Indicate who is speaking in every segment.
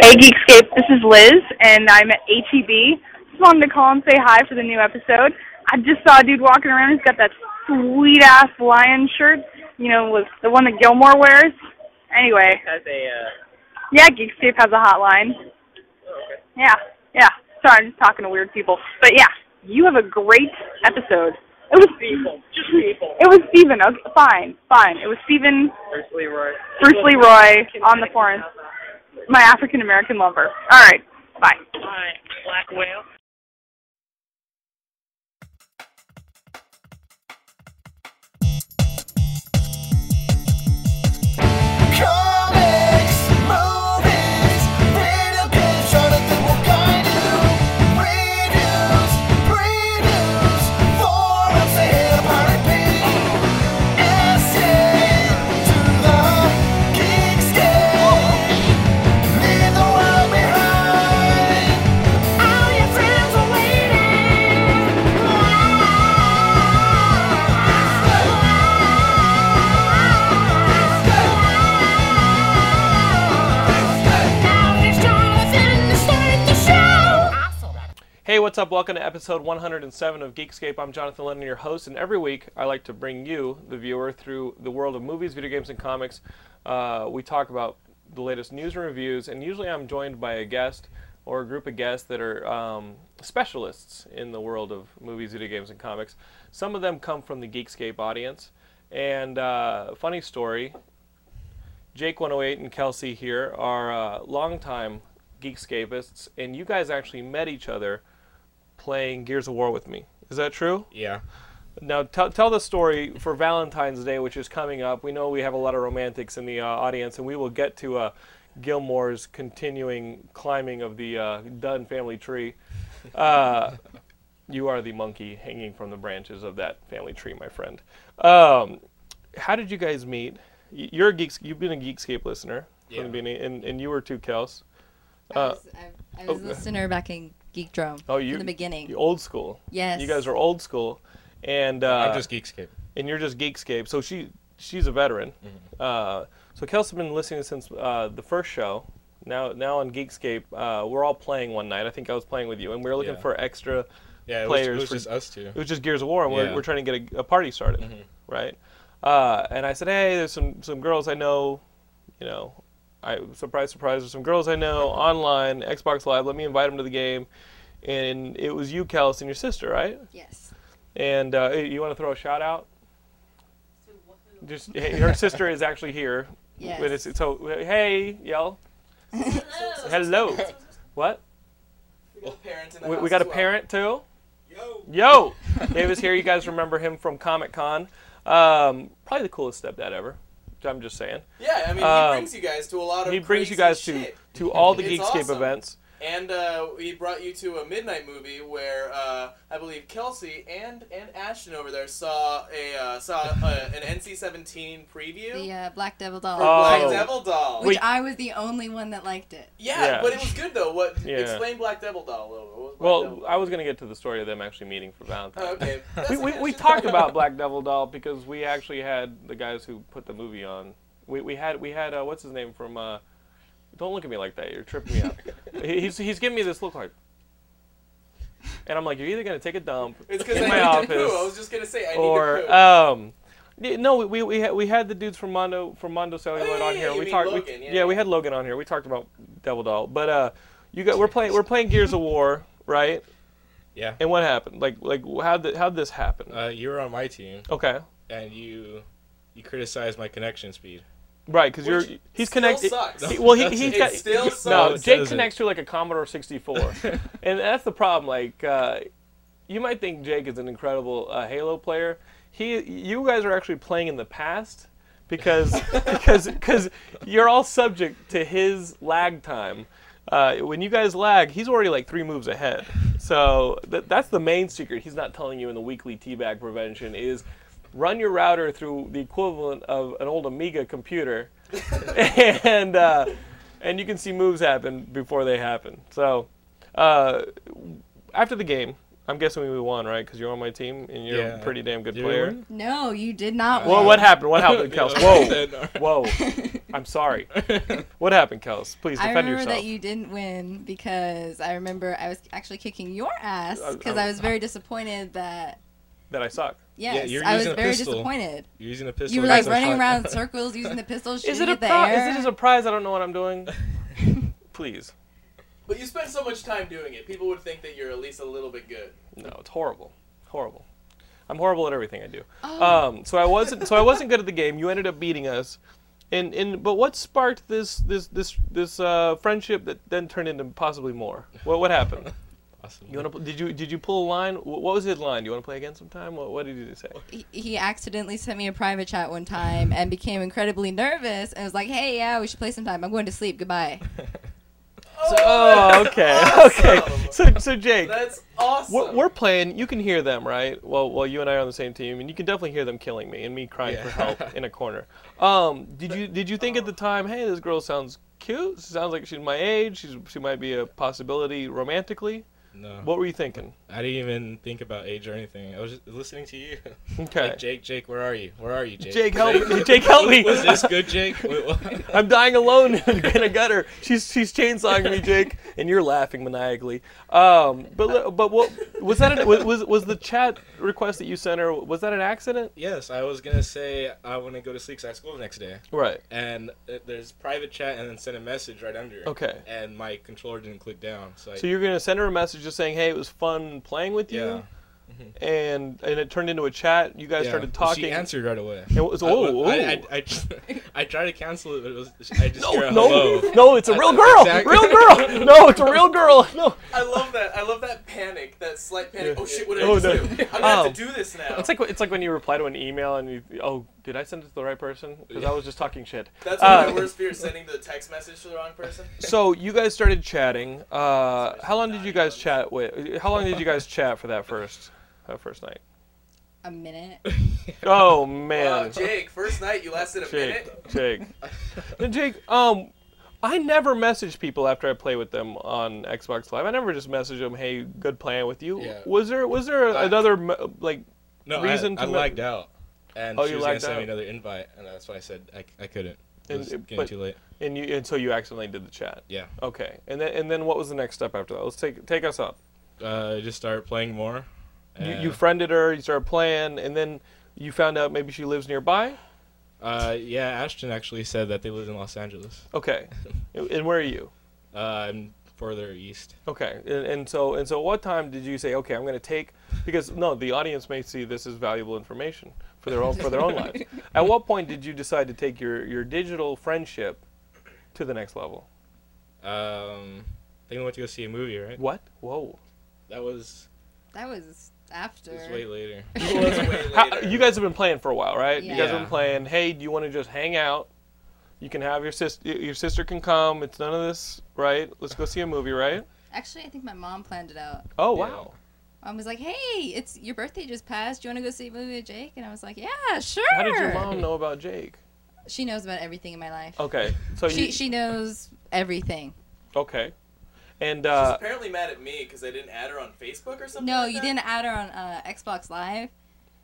Speaker 1: Hey Geekscape, this is Liz, and I'm at HEB. Just wanted to call and say hi for the new episode. I just saw a dude walking around who's got that sweet ass lion shirt, you know, with the one that Gilmore wears. Anyway,
Speaker 2: has a uh,
Speaker 1: yeah, Geekscape has a hotline.
Speaker 2: oh, okay.
Speaker 1: Yeah, yeah. Sorry, I'm just talking to weird people. But yeah, you have a great episode. It was
Speaker 2: people, just people.
Speaker 1: It was Steven. Okay, fine, fine. It was Steven
Speaker 2: Bruce Leroy.
Speaker 1: Bruce Leroy on the foreign. My African American lover. All right, bye.
Speaker 2: Hi, Black Whale.
Speaker 3: Comics, movies, video games, trying to think what kind of reviews, previews, forums, they hit a pirate beat. Essay to the Geekscape, leave the world behind. All your friends are waiting. Now here's Jonathan to start the show.
Speaker 4: Hey, what's up? Welcome to episode 107 of Geekscape. I'm Jonathan Lennon, your host, and every week I like to bring you, the viewer, through the world of movies, video games, and comics. Uh, we talk about the latest news and reviews, and usually I'm joined by a guest or a group of guests that are um, specialists in the world of movies, video games, and comics. Some of them come from the Geekscape audience. And uh, funny story, Jake 108 and Kelsey here are uh, longtime Geekscapists, and you guys actually met each other playing Gears of War with me. Is that true?
Speaker 5: Yeah.
Speaker 4: Now tell tell the story for Valentine's Day, which is coming up. We know we have a lot of romantics in the uh, audience, and we will get to uh, Gilmore's continuing climbing of the uh, Dunn family tree. Uh, you are the monkey hanging from the branches of that family tree, my friend. Um, how did you guys meet? Y- You're a geeks. You've been a Geekscape listener from the
Speaker 5: Yeah.
Speaker 4: beginning, and, and you were too, Kels.
Speaker 6: I was, I, I was
Speaker 4: oh.
Speaker 6: a listener back in Geekdrome.
Speaker 4: Oh, you
Speaker 6: from the beginning.
Speaker 4: you old school.
Speaker 6: Yes.
Speaker 4: you guys are old school, and uh,
Speaker 5: I'm just Geekscape.
Speaker 4: and you're just Geekscape. So she she's a veteran.
Speaker 5: Mm-hmm.
Speaker 4: Uh, so Kelsey's been listening since uh, the first show. Now now on Geekscape, uh, we're all playing one night. I think I was playing with you, and we were looking
Speaker 5: Yeah.
Speaker 4: for extra
Speaker 5: Yeah, it was, it
Speaker 4: players.
Speaker 5: was
Speaker 4: for-
Speaker 5: just us two.
Speaker 4: it was just Gears of War, and we're,
Speaker 5: Yeah.
Speaker 4: we're trying to get a, a party started, right? Uh, and I said, hey, there's some some girls I know, you know, I surprise surprise, there's some girls I know online, Xbox Live. Let me invite them to the game. And it was you, Kelsey, and your sister, right?
Speaker 6: Yes.
Speaker 4: And uh, you want to throw a shout out? Just hey, her sister is actually here.
Speaker 6: Yes.
Speaker 4: But it's, so hey, yell. Hello. What? We, we got a parent too. Yo. Yo. Davis here. You guys remember him from Comic Con? Um, probably the coolest stepdad ever. I'm just saying.
Speaker 7: Yeah, I mean,
Speaker 4: Um,
Speaker 7: he brings you guys to a lot of.
Speaker 4: He brings you
Speaker 7: crazy
Speaker 4: guys to
Speaker 7: shit.
Speaker 4: to all the
Speaker 7: It's
Speaker 4: Geekscape
Speaker 7: awesome.
Speaker 4: events.
Speaker 7: And uh, he brought you to a midnight movie where uh, I believe Kelsey and and Ashton over there saw a uh, saw uh an NC-17 preview.
Speaker 6: The uh, Black Devil doll,
Speaker 7: for Black
Speaker 4: Oh.
Speaker 7: Devil Doll.
Speaker 6: which
Speaker 4: Wait.
Speaker 6: I was the only one that liked it.
Speaker 7: yeah,
Speaker 4: Yeah.
Speaker 7: but it was good though. What?
Speaker 4: Yeah.
Speaker 7: Explain Black Devil Doll. What was Black Devil
Speaker 4: Well,
Speaker 7: Doll?
Speaker 4: I was gonna get to the story of them actually meeting for Valentine's.
Speaker 7: Oh, okay. That's
Speaker 4: we, we,
Speaker 7: okay.
Speaker 4: we talked about Black Devil Doll because we actually had the guys who put the movie on. We, we had we had uh, what's his name from. Uh, don't look at me like that. You're tripping me out. He- he's he's giving me this look like. And I'm like, you're either gonna take a dump
Speaker 7: It's because
Speaker 4: in
Speaker 7: I
Speaker 4: my
Speaker 7: need to
Speaker 4: office,
Speaker 7: poo. I was just gonna say I need to
Speaker 4: or
Speaker 7: poo.
Speaker 4: um, y- no, we we we had, we had the dudes from Mondo from Mondo Celluloid
Speaker 7: Oh, yeah,
Speaker 4: on
Speaker 7: yeah,
Speaker 4: here.
Speaker 7: you
Speaker 4: we
Speaker 7: mean
Speaker 4: talked.
Speaker 7: Logan,
Speaker 4: we,
Speaker 7: yeah,
Speaker 4: yeah, we
Speaker 7: yeah.
Speaker 4: had Logan on here. We talked about Devil Doll, but uh, you got we're playing we're playing Gears of War, right?
Speaker 5: Yeah.
Speaker 4: And what happened? Like like how did how would this happen?
Speaker 5: Uh, you were on my team,
Speaker 4: okay.
Speaker 5: and you you criticized my connection speed.
Speaker 4: Right, because you're
Speaker 7: Which
Speaker 4: he's
Speaker 7: still
Speaker 4: connected.
Speaker 7: sucks.
Speaker 4: he- well, he, he's
Speaker 7: It
Speaker 4: got
Speaker 7: still sucks.
Speaker 4: no.
Speaker 5: it
Speaker 4: Jake
Speaker 5: doesn't.
Speaker 4: connects to like a Commodore 64, and that's the problem. Like, uh, you might think Jake is an incredible uh, Halo player. He, you guys are actually playing in the past because because because you're all subject to his lag time. Uh, when you guys lag, he's already like three moves ahead. So th- that's the main secret. He's not telling you in the weekly teabag prevention is run your router through the equivalent of an old Amiga computer, and uh, and you can see moves happen before they happen. So uh, after the game, I'm guessing we won, right? Because you're on my team and you're a
Speaker 5: Yeah.
Speaker 4: pretty damn good
Speaker 5: Did we
Speaker 4: player.
Speaker 5: win?
Speaker 6: No, you did not.
Speaker 4: Well,
Speaker 6: win.
Speaker 4: what happened? What happened, Kels? Whoa, whoa! I'm sorry. what happened, Kels? Please
Speaker 6: I
Speaker 4: defend
Speaker 6: remember
Speaker 4: yourself.
Speaker 6: that you didn't win because I remember I was actually kicking your ass
Speaker 4: I-
Speaker 6: because
Speaker 4: I-
Speaker 6: I was very disappointed that
Speaker 4: That I suck.
Speaker 6: yes,
Speaker 5: you're
Speaker 6: I was
Speaker 5: using a
Speaker 6: very
Speaker 5: pistol.
Speaker 6: disappointed.
Speaker 5: You're using a pistol.
Speaker 6: You were like
Speaker 5: against a
Speaker 6: running
Speaker 5: hot-
Speaker 6: around in circles using the pistol, shooting
Speaker 4: Is it a
Speaker 6: at the
Speaker 4: pri-
Speaker 6: air.
Speaker 4: is it a surprise? I don't know what I'm doing. Please,
Speaker 7: But you spent so much time doing it, people would think that you're at least a little bit good.
Speaker 4: no, it's horrible, horrible. I'm horrible at everything I do.
Speaker 6: Oh.
Speaker 4: Um, so I wasn't so I wasn't good at the game. You ended up beating us, and and but what sparked this this this this uh, friendship that then turned into possibly more? What what happened?
Speaker 5: Awesome.
Speaker 4: You want to did you did you pull a line? Wh- What was his line? Do you want to play again sometime? What what did you say?
Speaker 6: he- he accidentally sent me a private chat one time and became incredibly nervous and was like, "Hey, yeah, we should play sometime. I'm going to sleep. Goodbye."
Speaker 4: So, oh, okay, okay. So so Jake,
Speaker 7: That's awesome.
Speaker 4: We're, we're playing. You can hear them, right? Well, well, you and I are on the same team, and you can definitely hear them killing me and me crying for
Speaker 5: Yeah. uh,
Speaker 4: help in a corner. Um, did you did you think at the time, hey, this girl sounds cute. She sounds like she's my age. She's she might be a possibility romantically.
Speaker 5: No,
Speaker 4: What were you thinking?
Speaker 5: I didn't even think about age or anything. I was just listening to you.
Speaker 4: Okay,
Speaker 5: Like, Jake, Jake, where are you? Where are you, Jake?
Speaker 4: Jake, help me! Jake, help me!
Speaker 5: Was this good, Jake? Wait, what?
Speaker 4: I'm dying alone in a gutter. She's she's chainsawing me, Jake, and you're laughing maniacally. Um, but li- but what was that? An, was- was was the chat request that you sent her? Was that an accident?
Speaker 5: yes, I was gonna say I want to go to sleep 'cause I have school the next day.
Speaker 4: Right.
Speaker 5: And uh, there's private chat and then send a message right under. it.
Speaker 4: Okay.
Speaker 5: And my controller didn't click down, so, I,
Speaker 4: So you're gonna send her a message just saying, "Hey, it was fun playing with you,"
Speaker 5: yeah,
Speaker 4: and and it turned into a chat. You guys
Speaker 5: yeah.
Speaker 4: started
Speaker 5: Well,
Speaker 4: talking.
Speaker 5: She answered right away.
Speaker 4: It was-
Speaker 5: I-
Speaker 4: oh, oh.
Speaker 5: I, I, I, just- I tried to cancel it, but it was I just hear
Speaker 4: no,
Speaker 5: a
Speaker 4: no,
Speaker 5: hello.
Speaker 4: no, it's a real
Speaker 5: I-
Speaker 4: girl,
Speaker 5: exactly.
Speaker 4: real girl. No, it's a real girl. No,
Speaker 7: I love that. I love that panic. That slight panic.
Speaker 4: Yeah.
Speaker 7: Oh shit! What did
Speaker 4: Oh,
Speaker 7: I just
Speaker 4: no.
Speaker 7: do? I'm gonna
Speaker 4: Oh.
Speaker 7: have to do this now.
Speaker 4: it's like it's like when you reply to an email and you, oh, did I send it to the right person? Because I was just talking shit.
Speaker 7: That's one of my
Speaker 4: Uh,
Speaker 7: worst fears: sending the text message to the wrong person.
Speaker 4: So you guys started chatting. Uh, how long did you guys chat? Wait, how long did you guys chat for that first that first night?
Speaker 6: A minute.
Speaker 4: Oh
Speaker 7: Wow,
Speaker 4: man,
Speaker 7: Jake! First night, you lasted a
Speaker 4: Jake,
Speaker 7: minute.
Speaker 4: Jake. Then Jake, um, I never message people after I play with them on Xbox Live. I never just message them, "Hey, good playing with you."
Speaker 5: Yeah.
Speaker 4: Was there was there
Speaker 5: I-
Speaker 4: another me- like?
Speaker 5: No,
Speaker 4: reason
Speaker 5: I, I
Speaker 4: to-
Speaker 5: lagged out. And
Speaker 4: Oh,
Speaker 5: she
Speaker 4: you
Speaker 5: was gonna
Speaker 4: lagged
Speaker 5: send
Speaker 4: out.
Speaker 5: me another invite, and that's why I said I, I couldn't. It
Speaker 4: And-
Speaker 5: was getting
Speaker 4: but-
Speaker 5: too late.
Speaker 4: And you and so you accidentally did the chat.
Speaker 5: Yeah.
Speaker 4: Okay. And then and then what was the next step after that? Let's take take us up.
Speaker 5: Uh, I just started playing more.
Speaker 4: You
Speaker 5: and,
Speaker 4: you friended her. You started playing, and then you found out maybe she lives nearby.
Speaker 5: uh, yeah, Ashton actually said that they lived in Los Angeles.
Speaker 4: Okay. and and where are you?
Speaker 5: Uh, I'm further east.
Speaker 4: Okay, and, and so and so, what time did you say? Okay, I'm going to take because no, the audience may see this as valuable information for their own for their own lives. At what point did you decide to take your your digital friendship to the next level?
Speaker 5: Um, I think we went to go see a movie, right?
Speaker 4: What? Whoa!
Speaker 5: That was,
Speaker 6: That was after.
Speaker 5: it was way later.
Speaker 7: Well, that's way
Speaker 4: How,
Speaker 7: later.
Speaker 4: you guys have been playing for a while, right? You guys have
Speaker 5: Yeah.
Speaker 4: been playing. Hey, do you want to just hang out? You can have your sister. Your sister can come. It's none of this, right? Let's go see a movie, right?
Speaker 6: Actually, I think my mom planned it out.
Speaker 4: Oh
Speaker 5: Yeah.
Speaker 4: wow!
Speaker 6: Mom was like, "Hey, it's your birthday just passed. Do you want to go see a movie with Jake?" And I was like, "Yeah, sure."
Speaker 4: How did your mom know about Jake?
Speaker 6: She knows about everything in my life.
Speaker 4: Okay, so
Speaker 6: She
Speaker 4: you
Speaker 6: she knows everything.
Speaker 4: okay, and
Speaker 7: She's
Speaker 4: uh,
Speaker 7: apparently mad at me because I didn't add her on Facebook or something.
Speaker 6: No,
Speaker 7: like
Speaker 6: you
Speaker 7: that?
Speaker 6: didn't add her on uh, Xbox Live.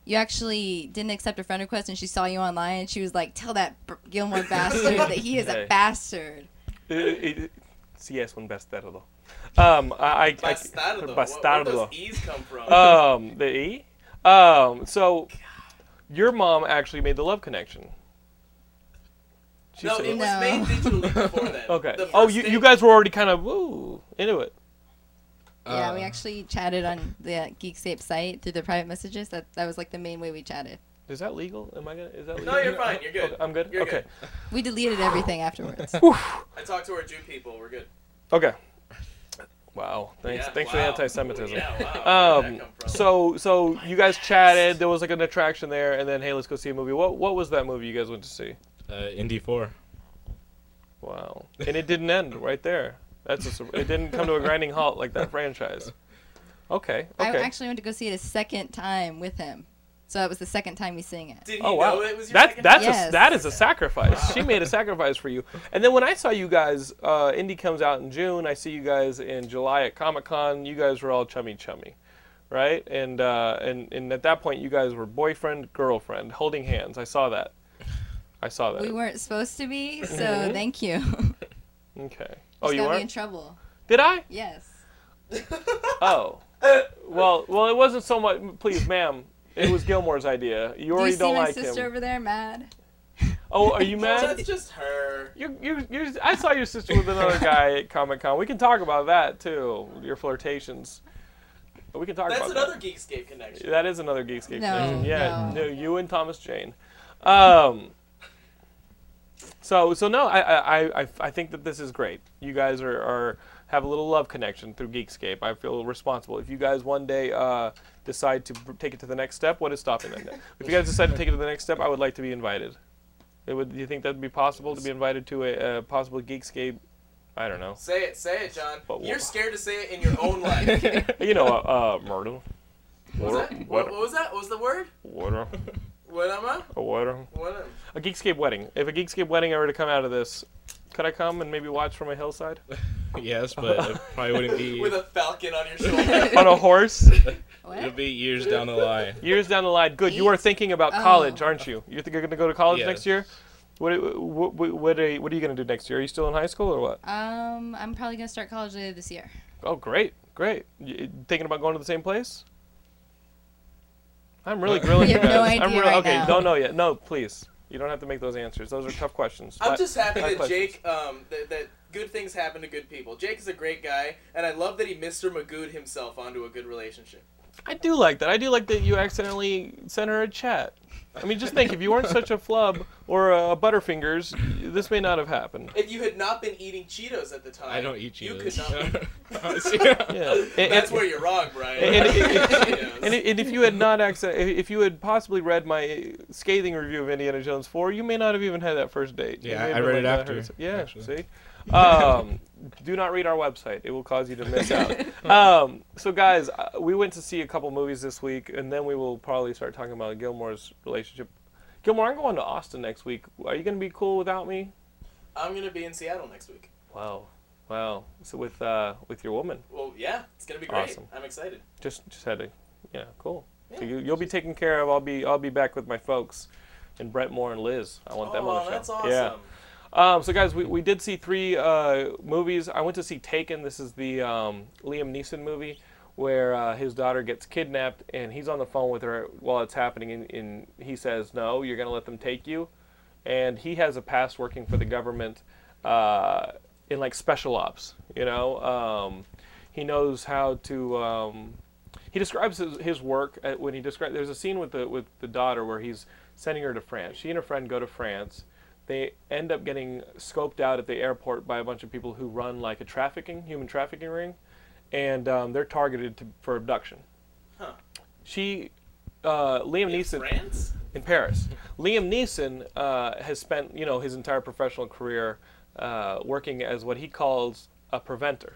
Speaker 6: You actually didn't accept her friend request, and she saw you online, and she was like, "Tell that Br- Gilmore bastard that he is
Speaker 4: Hey.
Speaker 6: a bastard."
Speaker 4: Eh, eh, Sí es un bastardo. Um, I, I, I,
Speaker 7: Bastardo. Where- Where
Speaker 4: Bastardo.
Speaker 7: those E's come from?
Speaker 4: Um, the E. Um, so your mom actually made the love connection. She
Speaker 7: no,
Speaker 4: said-
Speaker 7: it was
Speaker 6: No.
Speaker 7: made digitally before then.
Speaker 4: okay.
Speaker 7: The
Speaker 4: Oh,
Speaker 7: first
Speaker 4: you,
Speaker 7: thing-
Speaker 4: you guys were already kind of woo into it.
Speaker 6: yeah,
Speaker 4: Um,
Speaker 6: we
Speaker 5: Uh,
Speaker 6: actually chatted on the Geekscape site through the private messages. That that was like the main way we chatted.
Speaker 4: Is that legal? Am I gonna? Is that legal?
Speaker 7: No, you're fine. You're good.
Speaker 4: Okay, I'm good.
Speaker 7: You're
Speaker 4: okay.
Speaker 7: good.
Speaker 6: We deleted everything afterwards.
Speaker 7: I talked to our Jew people. We're good.
Speaker 4: Okay. Wow. Thanks.
Speaker 7: Yeah,
Speaker 4: thanks for the
Speaker 7: wow.
Speaker 4: anti-Semitism.
Speaker 7: Yeah, wow. Where'd
Speaker 4: Um,
Speaker 7: that come from?
Speaker 4: so so you guys chatted. There was like an attraction there, and then hey, let's go see a movie. What what was that movie you guys went to see?
Speaker 5: uh, Indy 4.
Speaker 4: Wow. And it didn't end right there. That's a, sur- it didn't come to a grinding halt like that franchise. Okay.
Speaker 6: I
Speaker 4: Okay.
Speaker 6: actually went to go see it a second time with him, so that was the second time we seeing it.
Speaker 7: Did he
Speaker 4: Oh wow.
Speaker 7: know it was your
Speaker 4: That's
Speaker 7: second
Speaker 4: that's
Speaker 7: time?
Speaker 6: Yes.
Speaker 4: a, that is a sacrifice. She made a sacrifice for you. And then when I saw you guys, uh, Indy comes out in June. I see you guys in July at Comic Con. You guys were all chummy chummy, right? And uh, and and at that point, you guys were boyfriend girlfriend holding hands. I saw that. I saw that.
Speaker 6: We weren't supposed to be, so
Speaker 4: Mhm.
Speaker 6: thank you.
Speaker 4: okay. Oh,
Speaker 6: Just
Speaker 4: you
Speaker 6: got
Speaker 4: are.
Speaker 6: me in trouble.
Speaker 4: Did I?
Speaker 6: Yes.
Speaker 4: Oh. Well, well, it wasn't so much. Please, ma'am. It was Gilmore's idea. You
Speaker 6: Do you
Speaker 4: already
Speaker 6: see
Speaker 4: not
Speaker 6: my
Speaker 4: like
Speaker 6: sister
Speaker 4: him.
Speaker 6: over there mad?
Speaker 4: Oh, are you
Speaker 7: Well,
Speaker 4: mad?
Speaker 7: that's just her.
Speaker 4: You, you, you, I saw your sister with another guy at Comic Con. We can talk about that too. Your flirtations. We can talk
Speaker 7: That's
Speaker 4: about
Speaker 7: another Geekscape connection.
Speaker 4: that. That is another Geekscape
Speaker 6: No,
Speaker 4: connection. Yeah,
Speaker 6: no.
Speaker 4: you and Thomas Jane. Um. So so no, I I, I- I I think that this is great. You guys are, are have a little love connection through Geekscape. I feel responsible. If you guys one day uh, decide to br- take it to the next step, what is stopping that? if you guys decide to take it to the next step, I would like to be invited. It would. Do you think that would be possible to be invited to a, a possible Geekscape? I don't know.
Speaker 7: Say it, say it, John.
Speaker 4: But wha-
Speaker 7: You're scared to say it in your own life.
Speaker 4: You know, uh, uh Myrtle.
Speaker 7: What was that? What, what was that? What was the word?
Speaker 4: Water.
Speaker 7: What am I?
Speaker 4: A water.
Speaker 7: What am
Speaker 4: A Geekscape wedding. If a Geekscape wedding were to come out of this, could I come and maybe watch from a hillside
Speaker 5: yes, but it probably wouldn't be.
Speaker 7: With a falcon on your shoulder.
Speaker 4: on a horse?
Speaker 5: It'll
Speaker 6: What?
Speaker 5: be years down the line.
Speaker 4: Years down the line. Good. You are
Speaker 6: Eight?
Speaker 4: thinking about
Speaker 6: Oh.
Speaker 4: college, aren't you? You think you're going to go to college
Speaker 5: Yes.
Speaker 4: next year? What, what, what, what, are, you- what are you going to do next year? Are you still in high school or what?
Speaker 6: Um, I'm probably gonna start college later this year.
Speaker 4: Oh, great, great. You, thinking about going to the same place? I'm really grilling
Speaker 6: You
Speaker 4: you,
Speaker 6: have no
Speaker 4: guys. I'm
Speaker 6: idea right
Speaker 4: okay.
Speaker 6: now.
Speaker 4: Don't know yet. No, please. You don't have to make those answers. Those are tough questions.
Speaker 7: I'm
Speaker 4: But-
Speaker 7: just happy
Speaker 4: my
Speaker 7: that
Speaker 4: questions.
Speaker 7: Jake, um, that, that good things happen to good people. Jake is a great guy, and I love that he Mr. Magooed himself onto a good relationship.
Speaker 4: I do like that. I do like that you accidentally sent her a chat. I mean, just think if you weren't such a flub or a Butterfingers, this may not have happened.
Speaker 7: If you had not been eating Cheetos at the time,
Speaker 5: I don't eat Cheetos.
Speaker 7: You could not. be-
Speaker 4: Yeah. And, and-
Speaker 7: That's where you're wrong, Brian.
Speaker 4: And- and-
Speaker 7: Cheetos.
Speaker 4: and, and if you had not accent, if you had possibly read my scathing review of Indiana Jones 4, you may not have even had that first date. You
Speaker 5: Yeah,
Speaker 4: may
Speaker 5: I-
Speaker 4: have
Speaker 5: I
Speaker 4: been
Speaker 5: read it
Speaker 4: "Ah,
Speaker 5: after,
Speaker 4: hurts." Yeah,
Speaker 5: actually.
Speaker 4: see? Um, do not read our website. It will cause you to miss out.
Speaker 5: Hmm.
Speaker 4: Um, so, guys, uh, we went to see a couple movies this week, and then we will probably start talking about Gilmore's relationship. Gilmore, I'm going to Austin next week. Are you going to be cool without me?
Speaker 7: I'm gonna be in Seattle next week.
Speaker 4: Wow. Wow. So with uh, with your woman,
Speaker 7: Well, yeah, it's gonna be great.
Speaker 4: Awesome.
Speaker 7: I'm excited.
Speaker 4: just just had to, yeah, cool. So you, you'll be taken care of. I'll be I'll be back with my folks, and Brett Moore and Liz. I want them on the
Speaker 7: Oh,
Speaker 4: show.
Speaker 7: that's awesome.
Speaker 4: Yeah. Um, so guys, we, we did see three uh, movies. I went to see Taken. This is the um, Liam Neeson movie where uh, his daughter gets kidnapped and he's on the phone with her while it's happening and, and he says, "No, you're gonna let them take you." And he has a past working for the government uh, in like special ops. You know, um, he knows how to. Um, he describes his, his work uh when he describes. There's a scene with the with the daughter where he's sending her to France. She and her friend go to France. They end up getting scoped out at the airport by a bunch of people who run like a trafficking human trafficking ring, and um, they're targeted to, for abduction.
Speaker 7: Huh.
Speaker 4: She, uh, Liam Neeson
Speaker 7: France?
Speaker 4: in Paris. Liam Neeson uh, has spent you know his entire professional career uh, working as what he calls a preventer.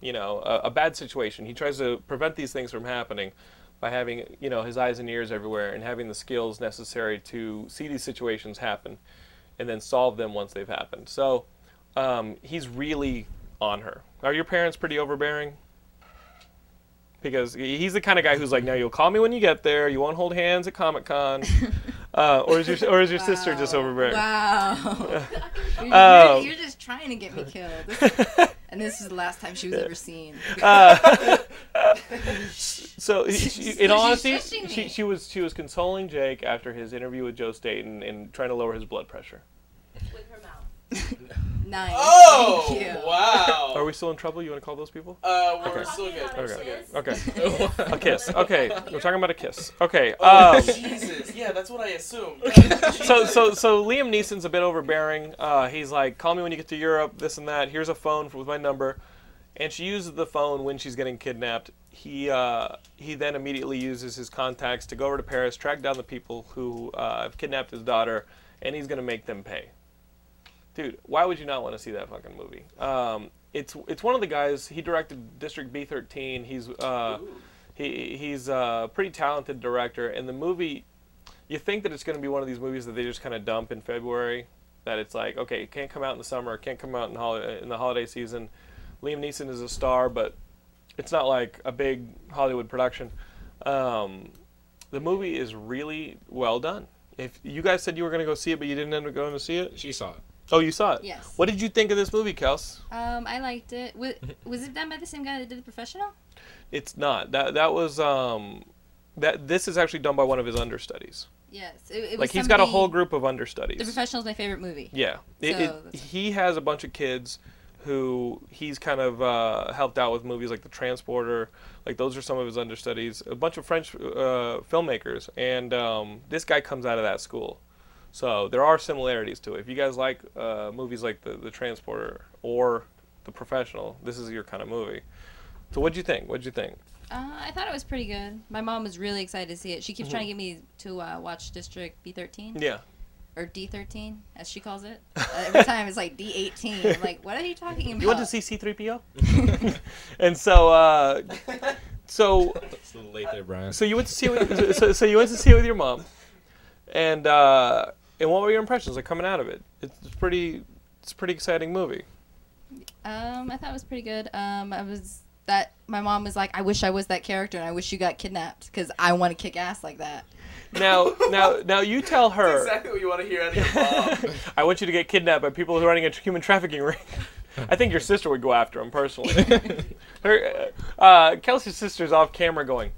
Speaker 4: You know, a, a bad situation. He tries to prevent these things from happening by having you know his eyes and ears everywhere and having the skills necessary to see these situations happen and then solve them once they've happened. So um, he's really on her. Are your parents pretty overbearing? Because he- he's the kind of guy who's like, now you'll call me when you get there. You won't hold hands at Comic Con, uh, or is your or is your sister just
Speaker 6: Wow.
Speaker 4: overbearing?
Speaker 6: Wow. you're,
Speaker 4: Um,
Speaker 6: you're, you're just trying to get me killed. This- and this is the last time she was ever seen.
Speaker 4: Uh, So he- she,
Speaker 6: She's
Speaker 4: in honesty,
Speaker 6: shushing me.
Speaker 4: she, she was she was consoling Jake after his interview with Joe Staten and trying to lower his blood pressure.
Speaker 8: with her mouth.
Speaker 6: Nice.
Speaker 7: Oh,
Speaker 6: Thank you.
Speaker 7: wow.
Speaker 4: Are we still in trouble? You want to call those people?
Speaker 7: Uh, we're
Speaker 4: Okay.
Speaker 7: still good. We're still good.
Speaker 4: Okay.
Speaker 5: a
Speaker 4: A kiss. Okay, we're talking about a kiss. Okay.
Speaker 7: Oh,
Speaker 4: Um,
Speaker 7: Jesus. Yeah, that's what I assumed.
Speaker 4: so so so Liam Neeson's a bit overbearing. Uh, he's like, call me when you get to Europe. This and that. Here's a phone with my number, and she uses the phone when she's getting kidnapped. He uh, he then immediately uses his contacts to go over to Paris, track down the people who uh, have kidnapped his daughter, and he's gonna make them pay. Dude, why would you not want to see that fucking movie? Um, it's it's one of the guys. He directed District B13. He's uh, he he's a pretty talented director, and the movie you think that it's going to be one of these movies that they just kind of dump in February. That it's like, okay, it can't come out in the summer, it can't come out in, hol- in the holiday season. Liam Neeson is a star, but it's not like a big Hollywood production. Um, the movie is really well done. If you guys said you were gonna go see it, but you didn't end up going to see it.
Speaker 5: She saw it.
Speaker 4: Oh, you saw it.
Speaker 6: Yes.
Speaker 4: What did you think of this movie, Kels?
Speaker 6: Um, I liked it. Was, was it done by the same guy that did the professional?
Speaker 4: It's not that. That was um, that this is actually done by one of his understudies.
Speaker 6: Yes. It, it
Speaker 4: Like
Speaker 6: was
Speaker 4: he's got a
Speaker 6: somebody-
Speaker 4: whole group of
Speaker 6: The
Speaker 4: understudies.
Speaker 6: professional is my favorite movie.
Speaker 4: Yeah. It, it-
Speaker 6: So that's-
Speaker 4: he has a bunch of kids who he's kind of uh, helped out with movies like The Transporter. Like, those are some of his understudies. A bunch of French uh, filmmakers. And um, this guy comes out of that school. So there are similarities to it. If you guys like uh, movies like the, the Transporter or The Professional, this is your kind of movie. So what'd you think? What'd you think?
Speaker 6: Uh, I thought it was pretty good. My mom was really excited to see it. She keeps trying to get me to uh, watch District B13
Speaker 4: Mm-hmm. Yeah.
Speaker 6: or D13, as she calls it. Uh, every time it's like D18. I'm like, what are you talking about?
Speaker 4: You want to see C-3PO? and so, uh, so
Speaker 5: It's a little late there, Brian.
Speaker 4: So you went to see it with, so, so you went to see it with your mom, and uh, and what were your impressions like coming out of it? It's it's pretty it's a pretty exciting movie.
Speaker 6: Um, I thought it was pretty good. Um, I was that my mom was like, I wish I was that character, and I wish you got kidnapped because I want to kick ass like that.
Speaker 4: Now now now you tell her
Speaker 7: Exactly what you want to hear out of your mom.
Speaker 4: I want you to get kidnapped by people who are running a human trafficking ring. I think your sister would go after him personally. her, uh, Kelsey's sister's off camera going.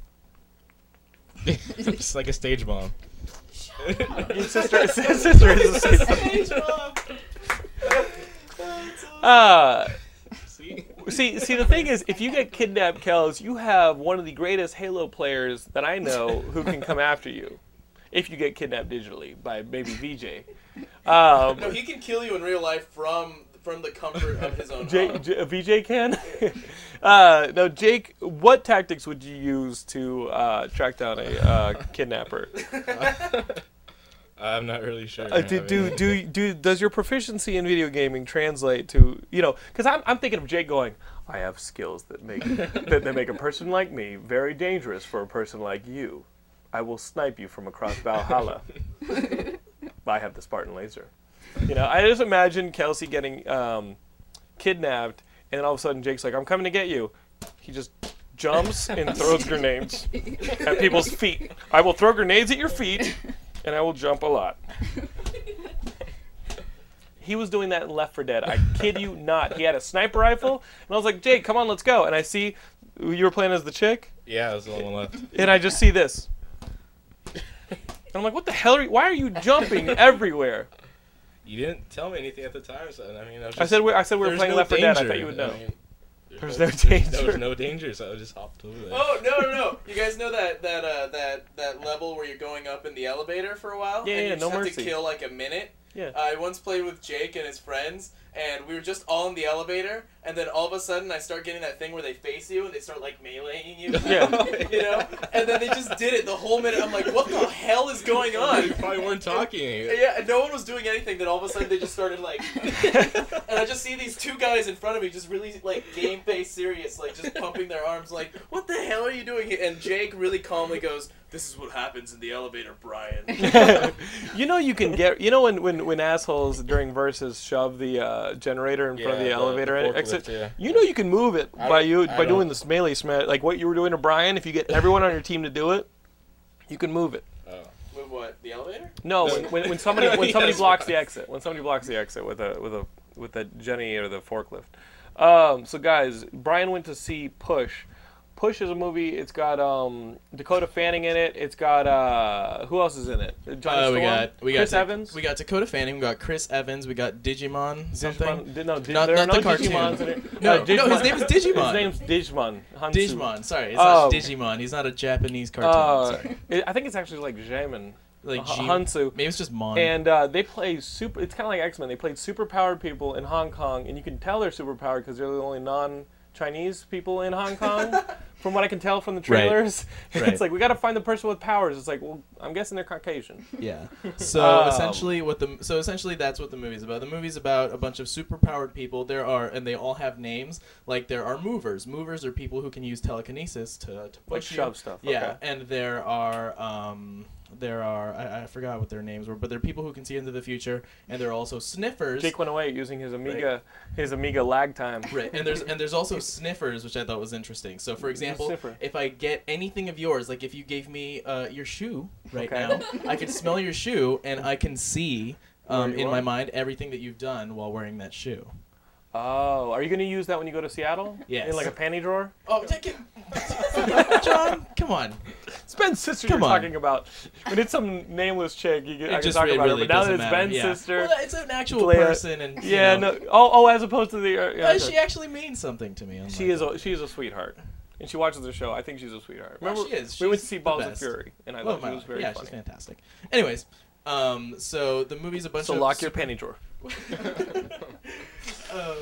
Speaker 5: it's like a stage bomb.
Speaker 4: Your sister sister is a Uh,
Speaker 5: See?
Speaker 4: See, see, the thing is, if you get kidnapped, Kels, you have one of the greatest Halo players that I know who can come after you. If you get kidnapped digitally by maybe VJ, um,
Speaker 7: No, he can kill you in real life from from the comfort of his own
Speaker 4: J,
Speaker 7: home.
Speaker 4: J, VJ can. uh, now, Jake, what tactics would you use to uh, track down a uh, kidnapper?
Speaker 5: I'm not really sure.
Speaker 4: Uh, do, do, do, do, does your proficiency in video gaming translate to you know? Because I'm, I'm thinking of Jake going. I have skills that make that, that make a person like me very dangerous for a person like you. I will snipe you from across Valhalla. I have the Spartan laser. You know, I just imagine Kelsey getting um, kidnapped, and then all of a sudden Jake's like, "I'm coming to get you." He just jumps and throws grenades at people's feet. I will throw grenades at your feet, and I will jump a lot. He was doing that in Left 4 Dead. I kid you not. He had a sniper rifle, and I was like, Jake, come on, let's go. And I see you were playing as the chick,
Speaker 5: Yeah, there's the only one left.
Speaker 4: and I just see this. And I'm like, what the hell are you? Why are you jumping everywhere?
Speaker 5: You didn't tell me anything at the time, so I mean, I was just.
Speaker 4: I said we, I said we were
Speaker 5: there's
Speaker 4: playing
Speaker 5: no
Speaker 4: Left 4 Dead. I
Speaker 5: danger.
Speaker 4: thought you would know.
Speaker 5: mean,
Speaker 4: There's no
Speaker 5: There
Speaker 4: danger.
Speaker 5: was no danger, so I just hopped over there.
Speaker 7: Oh no no no! You guys know that that uh, that that level where you're going up in the elevator for a while,
Speaker 4: Yeah,
Speaker 7: and
Speaker 4: yeah,
Speaker 7: you just
Speaker 4: no
Speaker 7: have
Speaker 4: mercy.
Speaker 7: to kill like a minute.
Speaker 4: Yeah.
Speaker 7: I once played with Jake and his friends, and we were just all in the elevator, and then all of a sudden I start getting that thing where they face you and they start like meleeing you.
Speaker 4: Yeah.
Speaker 7: you know, and then they just did it the whole minute. I'm like, what the hell is going
Speaker 5: You
Speaker 7: on?
Speaker 5: probably weren't talking.
Speaker 7: Yeah, and no one was doing anything. Then all of a sudden, they just started like, and I just see these two guys in front of me, just really like game face serious, like just pumping their arms, like, "What the hell are you doing?" here?" And Jake really calmly goes, "This is what happens in the elevator, Brian."
Speaker 4: you know you can get you know when when, when assholes during verses shove the uh, generator in front of
Speaker 5: Yeah,
Speaker 4: the
Speaker 5: the-
Speaker 4: elevator
Speaker 5: the
Speaker 4: and exit
Speaker 5: forklift, yeah.
Speaker 4: you know you can move it
Speaker 5: I-
Speaker 4: by you
Speaker 5: I
Speaker 4: by
Speaker 5: don't-
Speaker 4: doing this melee smash like what you were doing to Brian if you get everyone on your team to do it you can move it
Speaker 7: With what? The elevator?
Speaker 4: no when, when, when somebody when
Speaker 5: Yes,
Speaker 4: somebody blocks the
Speaker 5: right.
Speaker 4: exit when somebody blocks the exit with a with a with a Jenny or the forklift um, so guys Brian went to see Push Push is a movie it's got um, Dakota Fanning in it it's got uh, who else is in it Johnny
Speaker 7: Uh,
Speaker 4: Storm? Chris Evans
Speaker 7: got Dakota Fanning, we got Chris Evans, we got Digimon
Speaker 4: Digimon, di- no, di-
Speaker 7: Not-
Speaker 4: there
Speaker 7: not the
Speaker 4: are no
Speaker 7: cartoon.
Speaker 4: Digimons in it.
Speaker 7: No,
Speaker 4: Uh, Digimon-
Speaker 7: no, his name is Digimon.
Speaker 4: His name's Digimon. Hansu.
Speaker 7: sorry, it's
Speaker 4: not Um,
Speaker 7: Digimon. He's not a Japanese cartoon.
Speaker 4: Uh, it- I think it's actually like Jamin.
Speaker 7: Like
Speaker 4: H- Hansu.
Speaker 7: Maybe it's just Mon.
Speaker 4: And uh, they play super. It's kind of like X Men. They played superpowered people in Hong Kong, and you can tell they're superpowered because they're the only non-Chinese people in Hong Kong, from what I can tell from the
Speaker 7: Right.
Speaker 4: trailers.
Speaker 7: Right.
Speaker 4: It's like we got to find the person with powers. It's like, well, I'm guessing they're Caucasian.
Speaker 7: Yeah. So
Speaker 4: Um,
Speaker 7: essentially, what the so essentially that's what the movie's about. The movie's about a bunch of superpowered people. There are and they all have names. Like there are movers. Movers are people who can use telekinesis to to push
Speaker 4: Like
Speaker 7: you.
Speaker 4: shove stuff,
Speaker 7: Yeah.
Speaker 4: okay.
Speaker 7: And there are um there are I, I forgot what their names were, but they're people who can see into the future, and they're also sniffers.
Speaker 4: Jake went away using his Amiga, his Amiga lag time.
Speaker 7: Right, and there's and there's also sniffers, which I thought was interesting. So, for example,
Speaker 4: sniffer?
Speaker 7: if I get anything of yours, like if you gave me uh, your shoe right
Speaker 4: Okay.
Speaker 7: now, I can smell your shoe, and I can see um,
Speaker 4: Where you
Speaker 7: in my
Speaker 4: are.
Speaker 7: mind everything that you've done while wearing that shoe.
Speaker 4: Oh, are you going to use that when you go to Seattle?
Speaker 7: Yes.
Speaker 4: In like a panty drawer?
Speaker 7: Oh, take it, John! Come on.
Speaker 4: It's Ben's sister
Speaker 7: Come
Speaker 4: you're
Speaker 7: on.
Speaker 4: talking about. We need some nameless chick. You get,
Speaker 7: It
Speaker 4: I can
Speaker 7: just
Speaker 4: talk
Speaker 7: re-
Speaker 4: about
Speaker 7: really
Speaker 4: her, but now that
Speaker 7: doesn't
Speaker 4: it's
Speaker 7: matter,
Speaker 4: Ben's
Speaker 7: yeah.
Speaker 4: sister.
Speaker 7: Well, it's an actual
Speaker 4: Play a-
Speaker 7: person, and you
Speaker 4: yeah,
Speaker 7: know,
Speaker 4: no. Oh, oh, as opposed to the. Uh, yeah,
Speaker 7: uh,
Speaker 4: okay.
Speaker 7: she actually means something to me. I'm
Speaker 4: She
Speaker 7: like,
Speaker 4: is a she is a sweetheart, and she watches the show. I think she's a sweetheart.
Speaker 7: No,
Speaker 4: Remember,
Speaker 7: she is.
Speaker 4: we went
Speaker 7: She's
Speaker 4: to see
Speaker 7: the
Speaker 4: Balls of
Speaker 7: best.
Speaker 4: Fury, and I
Speaker 7: Love
Speaker 4: thought
Speaker 7: "Oh, my
Speaker 4: she was
Speaker 7: life.
Speaker 4: very
Speaker 7: Yeah, she's
Speaker 4: funny.
Speaker 7: fantastic. Anyways, um, so the movie's a bunch
Speaker 4: So
Speaker 7: of
Speaker 4: lock your panty drawer.
Speaker 7: um,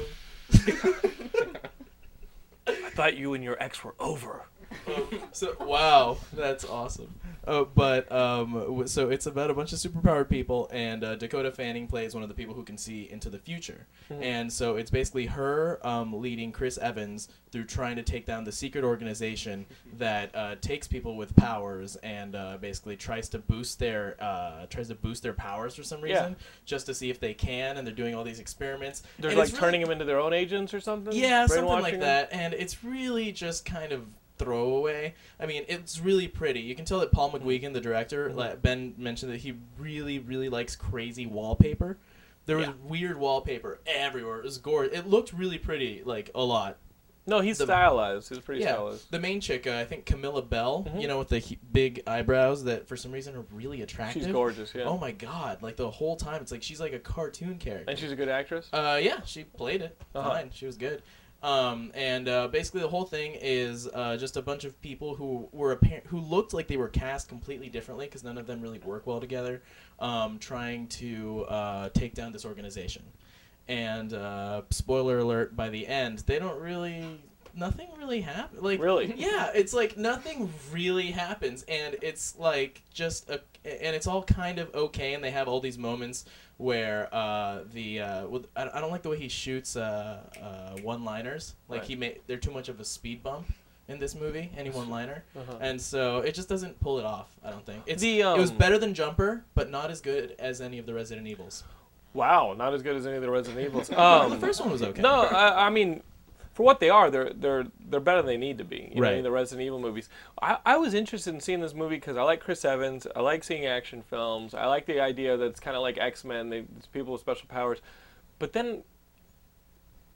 Speaker 4: I thought you and your ex were over.
Speaker 7: Um, so wow, that's awesome. Uh, but um, w- so it's about a bunch of superpowered people, and uh, Dakota Fanning plays one of the people who can see into the future.
Speaker 4: Hmm.
Speaker 7: And so it's basically her um, leading Chris Evans through trying to take down the secret organization
Speaker 4: Hmm.
Speaker 7: that uh, takes people with powers and uh, basically tries to boost their uh, tries to boost their powers for some
Speaker 4: Yeah.
Speaker 7: reason, just to see if they can. And they're doing all these experiments.
Speaker 4: They're
Speaker 7: And
Speaker 4: like
Speaker 7: it's really-
Speaker 4: turning them into their own agents or something.
Speaker 7: yeah, something
Speaker 4: Brainwashing
Speaker 7: like
Speaker 4: 'em?
Speaker 7: that. And it's really just kind of throwaway. I mean, it's really pretty. You can tell that Paul
Speaker 4: Mm-hmm.
Speaker 7: McGuigan, the director, like Ben mentioned that he really, really likes crazy wallpaper. There was
Speaker 4: Yeah.
Speaker 7: weird wallpaper everywhere. It was gorgeous. It looked really pretty, like a lot.
Speaker 4: No, he's
Speaker 7: The-
Speaker 4: stylized. He's pretty
Speaker 7: yeah,
Speaker 4: stylized.
Speaker 7: the main chick, uh, I think Camilla Bell. You know, with the he- big eyebrows that for some reason are really attractive.
Speaker 4: She's gorgeous. Yeah.
Speaker 7: Oh my god! Like the whole time, it's like she's like a cartoon character.
Speaker 4: And she's a good actress.
Speaker 7: Uh, yeah, she played it
Speaker 4: Uh-huh.
Speaker 7: fine. She was good. Um, and uh, basically the whole thing is uh, just a bunch of people who were apparent who looked like they were cast completely differently because none of them really work well together, um, trying to uh, take down this organization. And uh, spoiler alert: by the end, they don't really. Nothing really happened. Like
Speaker 4: Really?
Speaker 7: yeah, it's like nothing really happens, and it's like just a, and it's all kind of okay, and they have all these moments where uh, the uh, well, I I don't like the way he shoots uh, uh, one-liners. Like
Speaker 4: Right.
Speaker 7: he made they're too much of a speed bump in this movie, any one-liner,
Speaker 4: Uh-huh.
Speaker 7: and so it just doesn't pull it off. I don't think it's
Speaker 4: The,
Speaker 7: it was
Speaker 4: um,
Speaker 7: better than Jumper, but not as good as any of the Resident Evils.
Speaker 4: Wow, not as good as any of the Resident Evils.
Speaker 7: Well, the
Speaker 4: Um,
Speaker 7: first one was okay.
Speaker 4: no, I, I mean, for what they are, they're they're they're better than they need to be. You know,
Speaker 7: Right.
Speaker 4: in the Resident Evil movies, I, I was interested in seeing this movie because I like Chris Evans. I like seeing action films. I like the idea that it's kind of like X Men. It's people with special powers, but then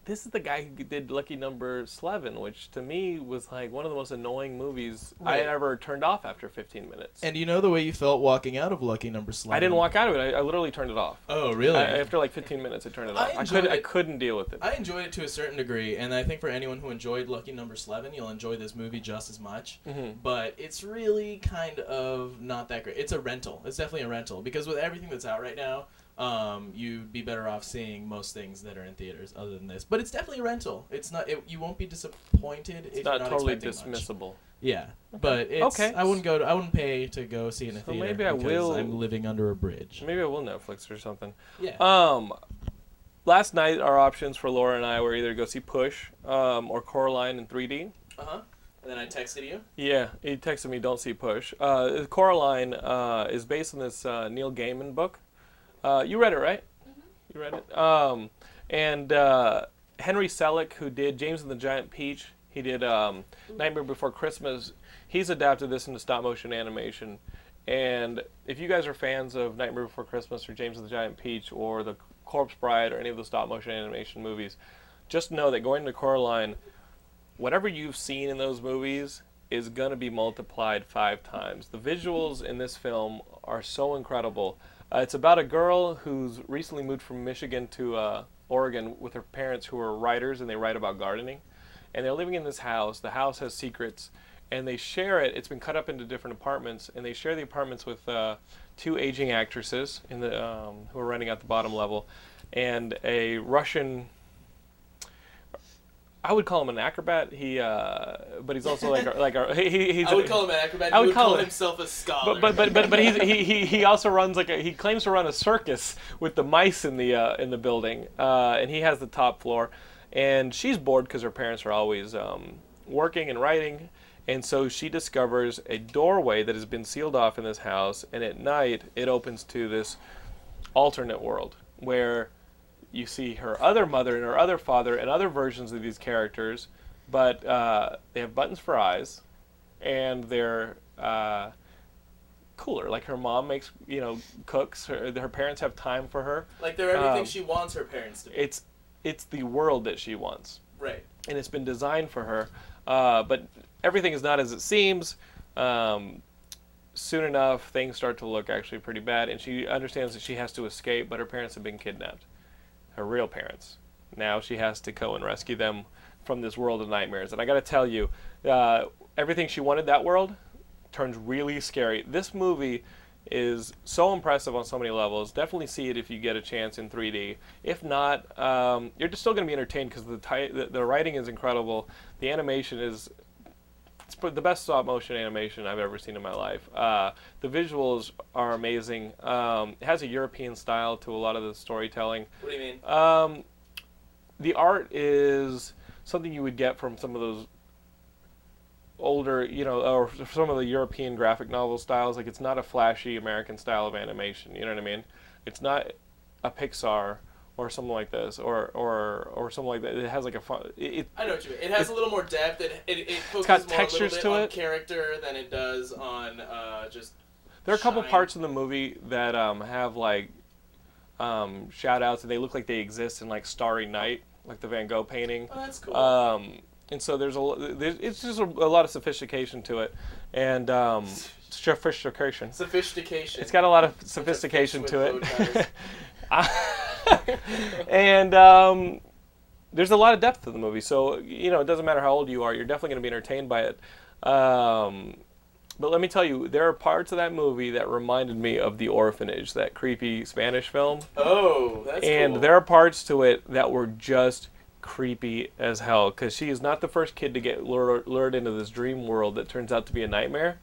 Speaker 4: this is the guy who did Lucky Number Eleven, which to me was like one of the most annoying movies
Speaker 7: Right.
Speaker 4: I ever turned off after 15 minutes.
Speaker 7: And you know the way you felt walking out of Lucky Number Slime.
Speaker 4: I didn't walk out of it. I, I literally turned it off.
Speaker 7: Oh really?
Speaker 4: I, after like 15 minutes, I turned it
Speaker 7: I
Speaker 4: off. I,
Speaker 7: enjoyed
Speaker 4: could, I
Speaker 7: it.
Speaker 4: couldn't deal with it.
Speaker 7: I enjoyed it to a certain degree, and I think for anyone who enjoyed Lucky Number Eleven, you'll enjoy this movie just as much.
Speaker 4: Mm-hmm.
Speaker 7: But it's really kind of not that great. It's a rental. It's definitely a rental because with everything that's out right now, um, you'd be better off seeing most things that are in theaters other than this. But it's definitely a rental. It's not. It, you won't be disappointed. if
Speaker 4: it's not,
Speaker 7: you're not
Speaker 4: totally
Speaker 7: expecting much.
Speaker 4: dismissible.
Speaker 7: Yeah, but it's.
Speaker 4: Okay.
Speaker 7: I wouldn't go. To, I wouldn't pay to go see it in a
Speaker 4: So
Speaker 7: theater
Speaker 4: maybe I
Speaker 7: because
Speaker 4: will-
Speaker 7: I'm living under a bridge.
Speaker 4: Maybe I will Netflix or something.
Speaker 7: Yeah.
Speaker 4: Um, last night our options for Laura and I were either go see Push um, or Coraline in 3D.
Speaker 7: Uh huh. And then I texted you.
Speaker 4: Yeah, he texted me, "Don't see Push." Uh, Coraline uh, is based on this uh, Neil Gaiman book. Uh, you read it, right? You read it. Um, and uh, Henry Selick, who did James and the Giant Peach, he did um, Nightmare Before Christmas. He's adapted this into stop motion animation. And if you guys are fans of Nightmare Before Christmas or James and the Giant Peach or the Corpse Bride or any of the stop motion animation movies, just know that going to Coraline, whatever you've seen in those movies is going to be multiplied five times. The visuals in this film are so incredible. Uh, it's about a girl who's recently moved from Michigan to uh, Oregon with her parents who are writers and they write about gardening. And they're living in this house. The house has secrets and they share it. It's been cut up into different apartments and they share the apartments with uh, two aging actresses in the, um, who are renting out the bottom level and a Russian I would call him an acrobat. He, uh, but he's also like a, like a, he, he- he's.
Speaker 7: I would call him an acrobat.
Speaker 4: I
Speaker 7: he
Speaker 4: would
Speaker 7: would call,
Speaker 4: call it-
Speaker 7: himself a scholar.
Speaker 4: But but but but, but he's, he he he also runs like a, he claims to run a circus with the mice in the uh, in the building, uh, and he has the top floor, and she's bored because her parents are always um, working and writing, And so she discovers a doorway that has been sealed off in this house, and at night it opens to this alternate world where you see her other mother and her other father and other versions of these characters, but uh, they have buttons for eyes, and they're uh, cooler. Like her mom makes, you know, cooks. Her, her parents have time for her.
Speaker 7: Like they're everything
Speaker 4: Um,
Speaker 7: she wants her parents to be.
Speaker 4: It's it's the world that she wants
Speaker 7: right.
Speaker 4: and it's been designed for her. Uh, but everything is not as it seems. Um, soon enough, things start to look actually pretty bad, and she understands that she has to escape, but her parents have been kidnapped. Her real parents. Now she has to go and rescue them from this world of nightmares. And I gotta tell you, uh, everything she wanted that world turns really scary. This movie is so impressive on so many levels. Definitely see it if you get a chance in 3D. If not, um, you're just still going to be entertained because the, ti- the the writing is incredible. The animation is it's pr- the best stop motion animation I've ever seen in my life. Uh, the visuals are amazing. Um, it has a European style to a lot of the storytelling.
Speaker 7: What do you mean?
Speaker 4: Um, the art is something you would get from some of those older, you know, or some of the European graphic novel styles. Like it's not a flashy American style of animation. You know what I mean? It's not a Pixar or something like this, or or or something like that. It has like a fun. It, it,
Speaker 7: I know what you mean. It has a little more depth. It it, it focuses
Speaker 4: got
Speaker 7: more a
Speaker 4: textures
Speaker 7: little bit
Speaker 4: to
Speaker 7: on
Speaker 4: it.
Speaker 7: character than it does on uh, just.
Speaker 4: there are a couple
Speaker 7: Shine.
Speaker 4: parts in the movie that um, have like um, shout outs, and they look like they exist in like Starry Night, like the Van Gogh painting.
Speaker 7: Oh, that's cool.
Speaker 4: Um, and so there's a lo- there's, it's just a, a lot of sophistication to it, and um, sophistication.
Speaker 7: Sophistication.
Speaker 4: It's got a lot of sophistication to
Speaker 7: With bow
Speaker 4: it. and um, there's a lot of depth to the movie, so you know it doesn't matter how old you are, you're definitely going to be entertained by it. Um, but let me tell you, there are parts of that movie that reminded me of The Orphanage, that creepy Spanish film
Speaker 7: oh, that's
Speaker 4: and
Speaker 7: cool.
Speaker 4: there are parts to it that were just creepy as hell because she is not the first kid to get lured, lured into this dream world that turns out to be a nightmare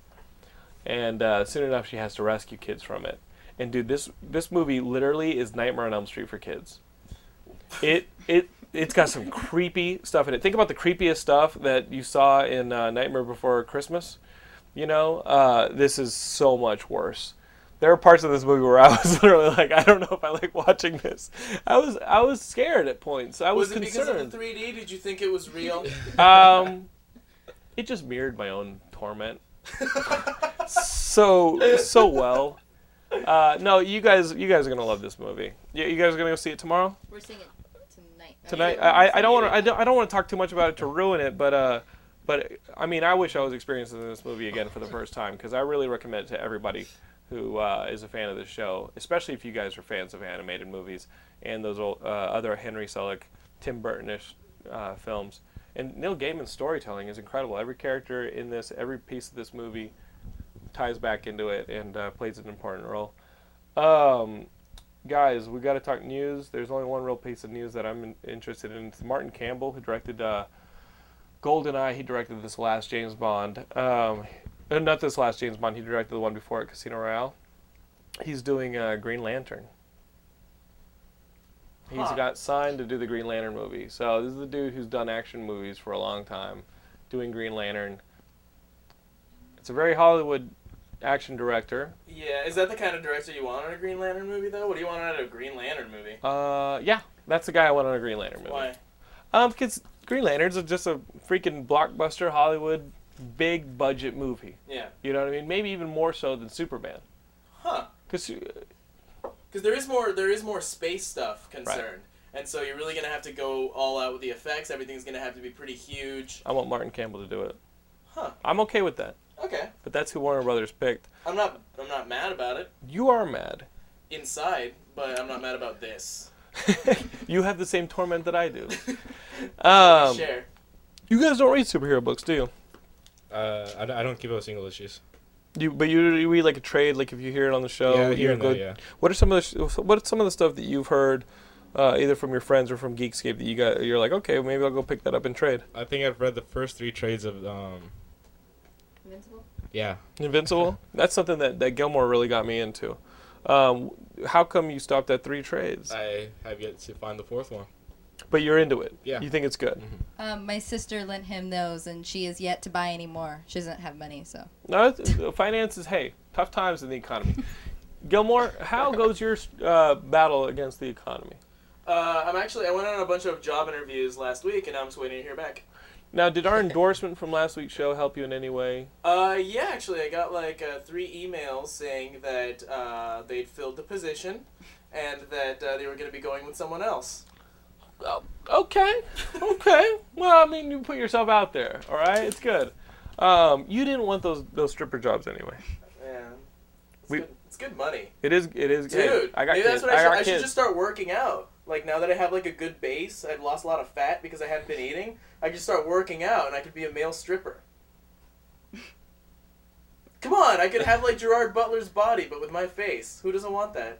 Speaker 4: and uh, soon enough she has to rescue kids from it and dude this this movie literally is nightmare on elm street for kids it it it's got some creepy stuff in it think about the creepiest stuff that you saw in uh, nightmare before christmas you know uh, this is so much worse there are parts of this movie where I was literally like, I don't know if I like watching this. I was I was scared at points. I was,
Speaker 7: Was it because of
Speaker 4: concerned.
Speaker 7: the 3D? Did you think it was real?
Speaker 4: um, it just mirrored my own torment so so well. Uh, no, you guys you guys are gonna love this movie. Yeah, you guys are gonna go see it tomorrow
Speaker 6: We're seeing it tonight. right?
Speaker 4: tonight. I, I- I don't want to I don't, I don't want to talk too much about it to ruin it, but uh, but I mean I wish I was experiencing this movie again for the first time because I really recommend it to everybody who uh, is a fan of the show, especially if you guys are fans of animated movies and those old, uh, other Henry Selick, Tim Burton-ish uh, films. And Neil Gaiman's storytelling is incredible. Every character in this, every piece of this movie ties back into it and uh, plays an important role. Um, guys, we got to talk news. There's only one real piece of news that I'm in- interested in. It's Martin Campbell, who directed uh, GoldenEye. He directed this last James Bond. Um, uh, not this last James Bond. He directed the one before it, Casino Royale. He's doing uh, Green Lantern. He's
Speaker 7: Huh.
Speaker 4: got signed to do the Green Lantern movie. So this is the dude who's done action movies for a long time, doing Green Lantern. It's a very Hollywood action director.
Speaker 7: yeah, is that the kind of director you want on a Green Lantern movie, though? What do you want out of a Green Lantern movie?
Speaker 4: Uh, yeah, that's the guy I want on a Green Lantern movie.
Speaker 7: Why?
Speaker 4: Um, because Green Lanterns are just a freaking blockbuster Hollywood big budget movie.
Speaker 7: Yeah.
Speaker 4: You know what I mean? Maybe even more so than Superman. uh,
Speaker 7: Huh.
Speaker 4: Because
Speaker 7: because there is more there is more space stuff concerned and so you're really gonna have to go all out with the effects everything's gonna have to be pretty huge
Speaker 4: I want Martin Campbell to do it.
Speaker 7: Huh.
Speaker 4: I'm okay with that.
Speaker 7: okay
Speaker 4: But that's who Warner Brothers picked.
Speaker 7: i'm not i'm not mad about it
Speaker 4: You are mad.
Speaker 7: inside but i'm not mad about this
Speaker 4: you have the same torment that I do. Um,
Speaker 7: share
Speaker 4: you guys don't read superhero books, do you?
Speaker 5: Uh, I, don't- I don't keep up with single issues.
Speaker 4: You, but you, you read like a trade, like if you hear it on the show.
Speaker 5: yeah,
Speaker 4: you
Speaker 5: here and
Speaker 4: go-
Speaker 5: there, yeah.
Speaker 4: What are some of the sh- what are some of the stuff that you've heard, uh, either from your friends or from Geekscape that you got? You're like, okay, maybe I'll go pick that up and trade.
Speaker 5: I think I've read the first three trades of um.
Speaker 6: Invincible?
Speaker 5: Yeah,
Speaker 4: Invincible. That's something that, that Gilmore really got me into. Um, how come you stopped at three trades?
Speaker 5: I have yet to find the fourth one.
Speaker 4: but you're into it.
Speaker 5: Yeah.
Speaker 4: You think it's good.
Speaker 7: Mm-hmm.
Speaker 6: Um, my sister lent him those, and she is yet to buy any more. She doesn't have money, so
Speaker 4: No, it's, uh, finances. Hey, tough times in the economy. Gilmore, how goes your uh, battle against the economy?
Speaker 7: Uh, I'm actually I went on a bunch of job interviews last week, and I'm just waiting to hear back.
Speaker 4: Now, did our endorsement from last week's show help you in any way?
Speaker 7: Uh, yeah, actually, I got like uh, three emails saying that uh, they'd filled the position, and that uh, they were going to be going with someone else.
Speaker 4: Oh, Okay, okay. Well, I mean, you put yourself out there. All right, it's good. Um, you didn't want those those stripper jobs anyway.
Speaker 7: Yeah, it's,
Speaker 4: We-
Speaker 7: good, it's good money,
Speaker 4: It is. It is.
Speaker 7: dude.
Speaker 4: hey, I got
Speaker 7: maybe
Speaker 4: kids.
Speaker 7: that's what I,
Speaker 4: I
Speaker 7: should,
Speaker 4: got
Speaker 7: I should
Speaker 4: kids.
Speaker 7: just start working out. Like now that I have like a good base, I've lost a lot of fat because I haven't been eating. I could start working out, and I could be a male stripper. Come on, I could have like Gerard Butler's body, but with my face. Who doesn't want that?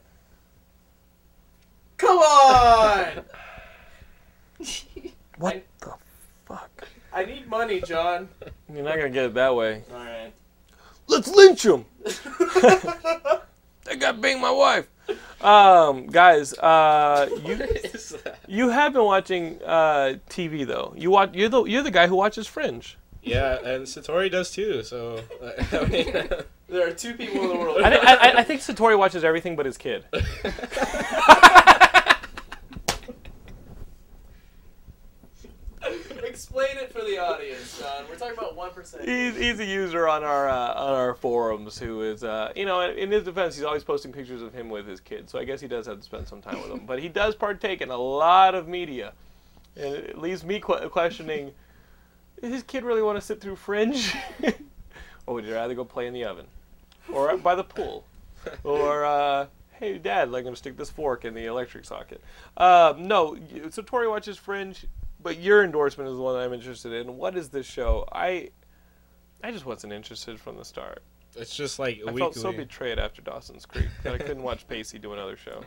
Speaker 7: Come on!
Speaker 4: What the fuck?
Speaker 7: I need money, John.
Speaker 4: You're not gonna get it that way.
Speaker 7: All right.
Speaker 4: Let's lynch him. That guy banged my wife. Um, guys, uh, you
Speaker 5: is that?
Speaker 4: you have been watching uh, TV though. You watch. You're the you're the guy who watches Fringe.
Speaker 5: Yeah, and Satori does too. So I mean,
Speaker 7: there are two people in the world.
Speaker 4: I, thi- I, I- I think Satori watches everything but his kid.
Speaker 7: Explain it for the audience, John. We're talking about one percent.
Speaker 4: He's, he's a user on our uh, on our forums who is uh, you know in his defense he's always posting pictures of him with his kid so I guess he does have to spend some time with him but he does partake in a lot of media and it leaves me que- questioning does his kid really want to sit through Fringe or would he rather go play in the oven or out by the pool or uh, hey dad I'm gonna stick this fork in the electric socket um, no you- so Tori watches Fringe but your endorsement is the one that I'm interested in what is this show I I just wasn't interested from the start.
Speaker 5: it's just like a
Speaker 4: I
Speaker 5: weekly.
Speaker 4: felt so betrayed after Dawson's Creek that I couldn't watch Pacey do another show.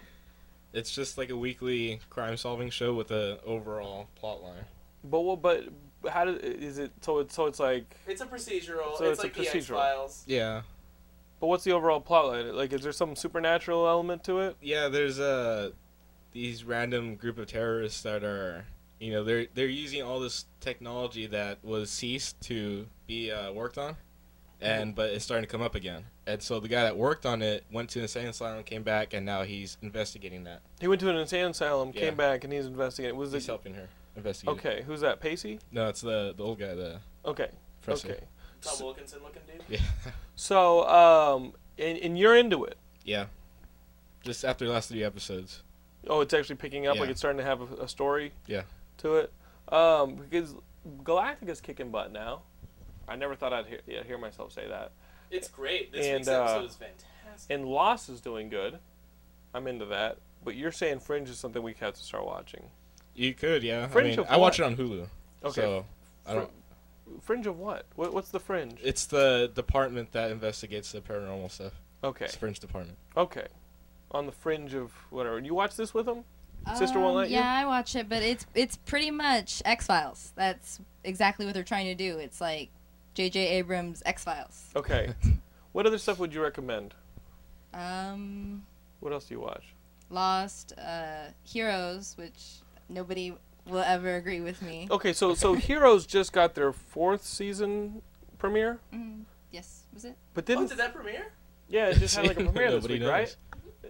Speaker 5: it's just like a weekly crime-solving show with a overall plot line.
Speaker 4: But what? But how did is it? So it's so it's like.
Speaker 7: It's a procedural.
Speaker 4: So
Speaker 7: it's,
Speaker 4: it's a
Speaker 7: like
Speaker 4: procedural.
Speaker 7: the X Files.
Speaker 5: Yeah.
Speaker 4: But what's the overall plot line? Like, is there some supernatural element to it?
Speaker 5: yeah, there's uh, these random group of terrorists that are, you know, they're they're using all this technology that was ceased to be uh, worked on, and but it's starting to come up again. And so the guy that worked on it went to an insane asylum, came back, and now he's investigating that.
Speaker 4: He went to an insane asylum,
Speaker 5: Yeah.
Speaker 4: came back, and he's investigating. Was
Speaker 5: He's
Speaker 4: it?
Speaker 5: helping her investigate. it.
Speaker 4: Okay, who's that? Pacey?
Speaker 5: No, it's the the old guy, the
Speaker 4: Okay.
Speaker 5: professor.
Speaker 4: Okay.
Speaker 7: Tom Wilkinson looking dude.
Speaker 5: Yeah.
Speaker 4: So, um, and, and you're into it.
Speaker 5: yeah. Just after the last three episodes.
Speaker 4: Oh, it's actually picking up. Like
Speaker 5: Yeah.
Speaker 4: it's starting to have a, a story.
Speaker 5: Yeah.
Speaker 4: To it, um, because Galactica's kicking butt now. I never thought I'd hear, yeah, hear myself say that.
Speaker 7: It's great. This
Speaker 4: And,
Speaker 7: week's
Speaker 4: uh,
Speaker 7: episode is fantastic.
Speaker 4: And Lost is doing good. I'm into that. But you're saying Fringe is something we have to start watching.
Speaker 5: You could, yeah. I
Speaker 4: Fringe
Speaker 5: mean,
Speaker 4: of
Speaker 5: I watch it
Speaker 4: what?
Speaker 5: on Hulu.
Speaker 4: Okay.
Speaker 5: So I don't.
Speaker 4: Fringe of what? what? What's the fringe?
Speaker 5: It's the department that investigates the paranormal stuff.
Speaker 4: Okay.
Speaker 5: It's Fringe department.
Speaker 4: Okay. On the fringe of whatever. You watch this with them? Sister won't
Speaker 6: Um,
Speaker 4: let you?
Speaker 6: Yeah, I watch it, but it's it's pretty much X Files. That's exactly what they're trying to do. It's like J.J. Abrams X Files.
Speaker 4: Okay. what other stuff would you recommend?
Speaker 6: Um,
Speaker 4: What else do you watch?
Speaker 6: Lost, uh, Heroes, which nobody will ever agree with me.
Speaker 4: Okay, so so Heroes just got their fourth season premiere,
Speaker 6: Mm, yes, was it?
Speaker 4: but
Speaker 7: Oh,
Speaker 4: didn't
Speaker 7: did that premiere?
Speaker 4: yeah, it just had like a premiere this
Speaker 5: Nobody
Speaker 4: week,
Speaker 5: knows.
Speaker 4: right?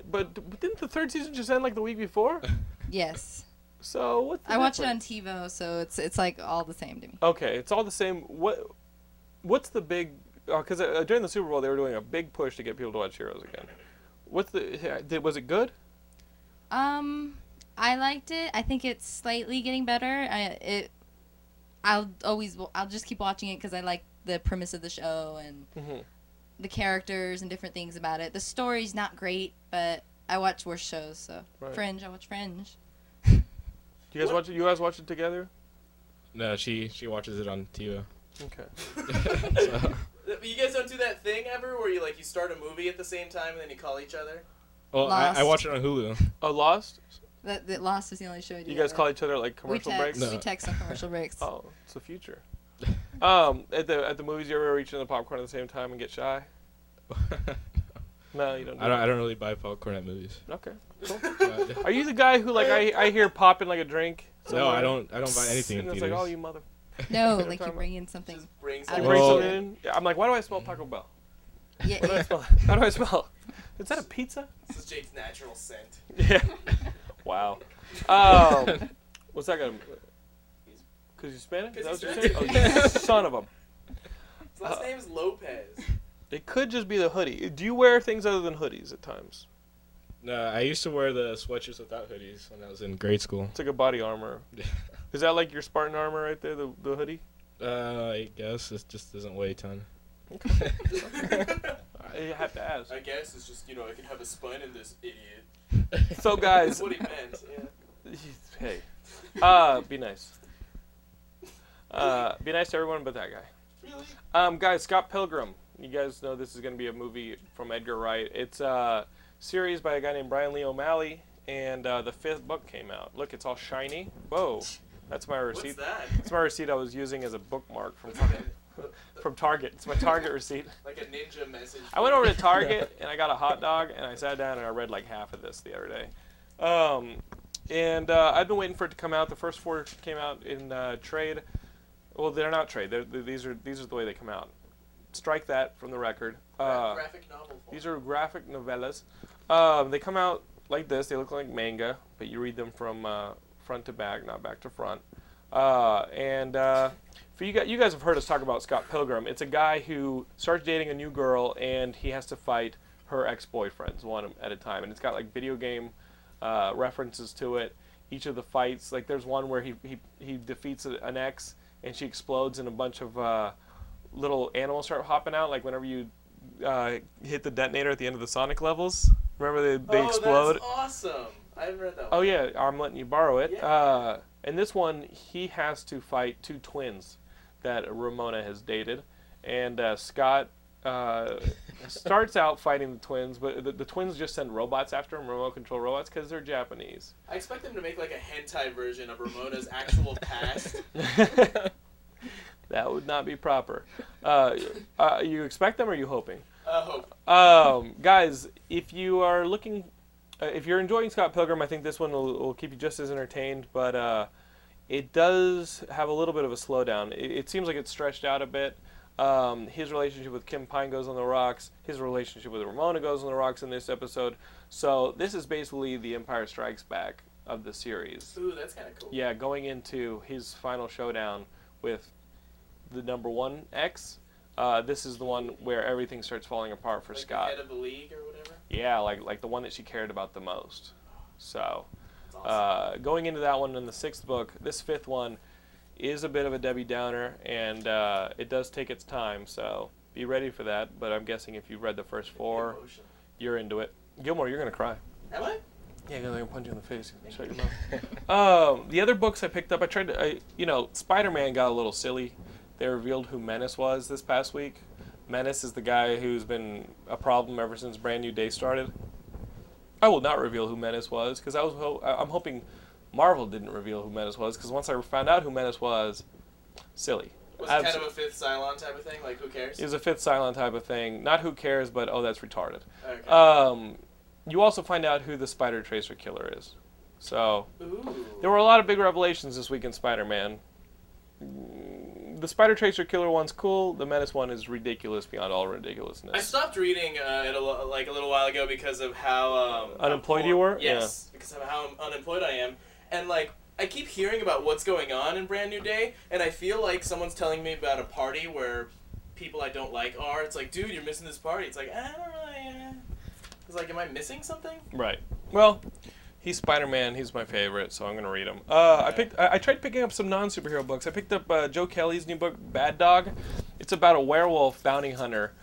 Speaker 4: But, but didn't the third season just end like the week before?
Speaker 6: Yes,
Speaker 4: So what's the
Speaker 6: I watch it
Speaker 4: difference?
Speaker 6: on TiVo, so it's it's like all the same to me.
Speaker 4: Okay, it's all the same. What, what's the big? Because uh, during the Super Bowl, they were doing a big push to get people to watch Heroes again. What's the? uh, Did, was it good?
Speaker 6: Um, I liked it. I think it's slightly getting better. I it, I'll always I'll just keep watching it because I like the premise of the show and
Speaker 4: Mhm.
Speaker 6: the characters and different things about it. The story's not great, but I watch worse shows. So
Speaker 4: Right.
Speaker 6: Fringe, I watch Fringe.
Speaker 4: Do you guys
Speaker 7: What?
Speaker 4: watch it? You guys watch it together?
Speaker 5: No, she she watches it on TiVo.
Speaker 4: Okay.
Speaker 5: so,
Speaker 7: You guys don't do that thing ever where you like you start a movie at the same time and then you call each other.
Speaker 5: well, I, I
Speaker 6: Lost.
Speaker 5: watch it on Hulu.
Speaker 4: Oh, Lost.
Speaker 6: That, that Lost is the only show I do.
Speaker 4: You guys
Speaker 6: ever.
Speaker 4: call each other like
Speaker 6: we
Speaker 4: commercial breaks.
Speaker 6: text.
Speaker 5: No.
Speaker 6: We text on commercial breaks.
Speaker 4: Oh, it's the future. um, at the at the movies, you ever reach in the popcorn at the same time and get shy? No, you don't. Do
Speaker 5: I don't
Speaker 4: that.
Speaker 5: I don't really buy popcorn at movies.
Speaker 4: Okay.
Speaker 5: But-
Speaker 4: Are you the guy who like I, I hear popping like a drink?
Speaker 5: no,
Speaker 4: somewhere?
Speaker 5: I don't. I don't buy anything in
Speaker 4: And it's
Speaker 5: theaters.
Speaker 4: like, oh, you mother.
Speaker 6: No,
Speaker 4: Every
Speaker 6: like you
Speaker 4: time I-
Speaker 6: bring in something.
Speaker 7: brings
Speaker 6: I
Speaker 4: You
Speaker 7: like,
Speaker 4: bring
Speaker 5: Well-
Speaker 4: something in? I'm like, why do I smell Taco Bell?
Speaker 6: Yeah,
Speaker 4: What do I
Speaker 6: yeah.
Speaker 4: smell? How do I smell? Is that a pizza?
Speaker 7: this is Jake's natural scent.
Speaker 4: Yeah. wow. Um, what's that gonna? Because he's Hispanic? Is that
Speaker 7: 'Cause
Speaker 4: what you're
Speaker 7: he's
Speaker 4: saying? Oh, you son of a.
Speaker 7: His
Speaker 4: Uh,
Speaker 7: last name is Lopez.
Speaker 4: It could just be the hoodie. Do you wear things other than hoodies at times?
Speaker 5: No, I used to wear the sweatshirts without hoodies when I was in grade school.
Speaker 4: It's like a body armor. Is that like your Spartan armor right there? The the hoodie.
Speaker 5: Uh, I guess it just doesn't weigh a ton.
Speaker 4: I have to ask.
Speaker 7: I guess it's just you know I can have a spine in this idiot.
Speaker 4: So guys,
Speaker 7: That's what he meant. Yeah.
Speaker 4: hey, uh, be nice. Uh, be nice to everyone but that guy.
Speaker 7: Really?
Speaker 4: Um, guys, Scott Pilgrim. You guys know this is going to be a movie from Edgar Wright. It's a series by a guy named Brian Lee O'Malley, and uh, the fifth book came out. Look, it's all shiny. Whoa, that's my
Speaker 7: What's
Speaker 4: receipt.
Speaker 7: that?
Speaker 4: That's my receipt I was using as a bookmark from fucking- from Target. It's my Target receipt.
Speaker 7: Like a ninja message.
Speaker 4: I went over to Target and I got a hot dog and I sat down and I read like half of this the other day. Um, and uh, I've been waiting for it to come out. The first four came out in uh, trade. Well, they're not trade. They're, th- these are these are the way they come out. Strike that from the record.
Speaker 7: Gra-
Speaker 4: Uh,
Speaker 7: graphic novel. form.
Speaker 4: these are graphic novellas. Um, they come out like this. They look like manga, but you read them from uh, front to back, not back to front. Uh, and uh, for you guys, you guys have heard us talk about Scott Pilgrim. It's a guy who starts dating a new girl, and he has to fight her ex-boyfriends one at a time. And it's got like video game uh, references to it. Each of the fights, like there's one where he he, he defeats a- an ex, and she explodes, and a bunch of uh, little animals start hopping out. Like whenever you uh, hit the detonator at the end of the Sonic levels. Remember they, they
Speaker 7: oh,
Speaker 4: explode?
Speaker 7: That's awesome. I haven't read that.
Speaker 4: Oh
Speaker 7: one.
Speaker 4: yeah, I'm letting you borrow it.
Speaker 7: Yeah.
Speaker 4: Uh, and this one, he has to fight two twins that Ramona has dated, and uh, Scott uh, starts out fighting the twins, but the, the twins just send robots after him, remote control robots, because they're Japanese.
Speaker 7: I expect them to make like a hentai version of Ramona's actual past.
Speaker 4: That would not be proper. Uh, uh, you expect them, or are you hoping?
Speaker 7: I hope.
Speaker 4: um, guys, if you are looking, uh, if you're enjoying Scott Pilgrim, I think this one will, will keep you just as entertained. But uh, it does have a little bit of a slowdown. It, it seems like it's stretched out a bit. Um, his relationship with Kim Pine goes on the rocks. His relationship with Ramona goes on the rocks in this episode. So this is basically the Empire Strikes Back of the series.
Speaker 7: Ooh, that's kind of cool.
Speaker 4: Yeah, going into his final showdown with the number one X. Uh, this is the one where everything starts falling apart for
Speaker 7: Like the
Speaker 4: Scott.
Speaker 7: head of the league or whatever.
Speaker 4: Yeah, like like the one that she cared about the most. So,
Speaker 7: That's awesome.
Speaker 4: uh, going into that one in the sixth book, this fifth one is a bit of a Debbie Downer, and uh, it does take its time. So be ready for that. But I'm guessing if you've read the first four,
Speaker 7: Emotion.
Speaker 4: you're into it. Gilmore, you're gonna cry.
Speaker 7: Am I?
Speaker 4: Yeah, they're gonna punch you in the face. Shut your mouth. um, the other books I picked up, I tried to, I, you know, Spider-Man got a little silly. They revealed who Menace was this past week. Menace is the guy who's been a problem ever since Brand New Day started. I will not reveal who Menace was because I was ho- I- I'm hoping Marvel didn't reveal who Menace was because once I found out who Menace was, silly.
Speaker 7: Was
Speaker 4: Abs-
Speaker 7: it kind of a fifth Cylon type of thing? Like, who cares?
Speaker 4: it was a fifth silent type of thing. Not who cares, but oh, that's retarded.
Speaker 7: Okay.
Speaker 4: Um, you also find out who the Spider Tracer killer is. So
Speaker 7: Ooh.
Speaker 4: there were a lot of big revelations this week in Spider-Man. Mm, The Spider Tracer Killer one's cool. The Menace one is ridiculous beyond all ridiculousness.
Speaker 7: I stopped reading uh, it a lo- like a little while ago because of how um,
Speaker 4: Unemployed
Speaker 7: how poor-
Speaker 4: you were?
Speaker 7: Yes, because of how unemployed I am, and like I keep hearing about what's going on in Brand New Day, and I feel like someone's telling me about a party where people I don't like are. It's like, dude, you're missing this party. It's like I don't really. Uh... It's like, am I missing something?
Speaker 4: Right. Well, he's Spider-Man. He's my favorite, so I'm gonna read him. Uh, I picked. I, I tried picking up some non-superhero books. I picked up uh, Joe Kelly's new book, Bad Dog. It's about a werewolf bounty hunter,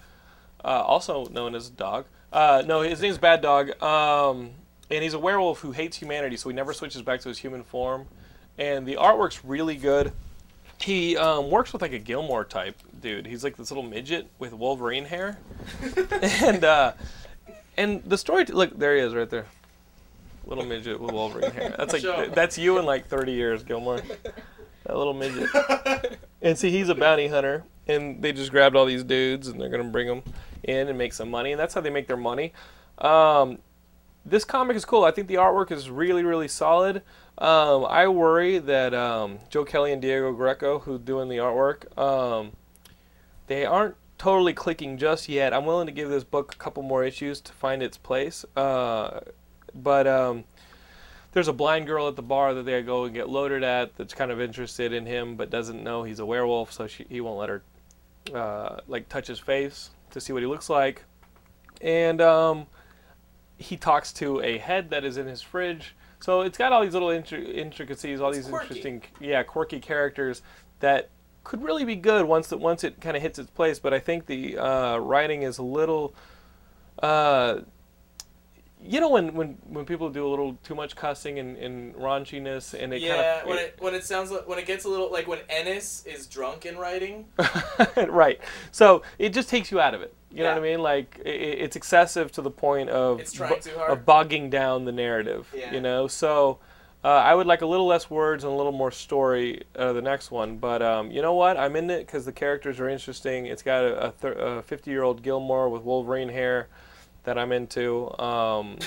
Speaker 4: uh, also known as Dog. Uh, no, his name's Bad Dog, um, and he's a werewolf who hates humanity, so he never switches back to his human form. And the artwork's really good. He um, works with like a Gilmore type dude. He's like this little midget with Wolverine hair, and uh, and the story, look, there he is right there. Little midget with Wolverine hair. That's like,
Speaker 7: Show.
Speaker 4: that's you in like 30 years, Gilmore. That little midget. And see, he's a bounty hunter, and they just grabbed all these dudes, and they're going to bring them in and make some money, and that's how they make their money. Um, this comic is cool. I think the artwork is really, really solid. Um, I worry that um, Joe Kelly and Diego Greco, who doing the artwork, um, they aren't totally clicking just yet. I'm willing to give this book a couple more issues to find its place. Uh, but um, there's a blind girl at the bar that they go and get loaded at that's kind of interested in him but doesn't know he's a werewolf, so she, he won't let her uh, like touch his face to see what he looks like. And um, he talks to a head that is in his fridge. So it's got all these little intri- intricacies, all these
Speaker 7: quirky.
Speaker 4: interesting, yeah, quirky characters that could really be good once that once it kind of hits its place. But I think the uh, writing is a little, uh, you know, when, when when people do a little too much cussing and, and raunchiness, and it
Speaker 7: yeah,
Speaker 4: kind
Speaker 7: when
Speaker 4: of
Speaker 7: it when it sounds like when it gets a little like when Ennis is drunk in writing.
Speaker 4: right. So it just takes you out of it. You know
Speaker 7: Yeah.
Speaker 4: what I mean? Like i i- it's excessive to the point of
Speaker 7: It's trying too hard.
Speaker 4: of bogging down the narrative.
Speaker 7: Yeah.
Speaker 4: You know, so uh, I would like a little less words and a little more story. Uh, the next one, but um, you know what? I'm in it because the characters are interesting. It's got a, a, thir- a 50 year old Gilmore with Wolverine hair that I'm into. Um,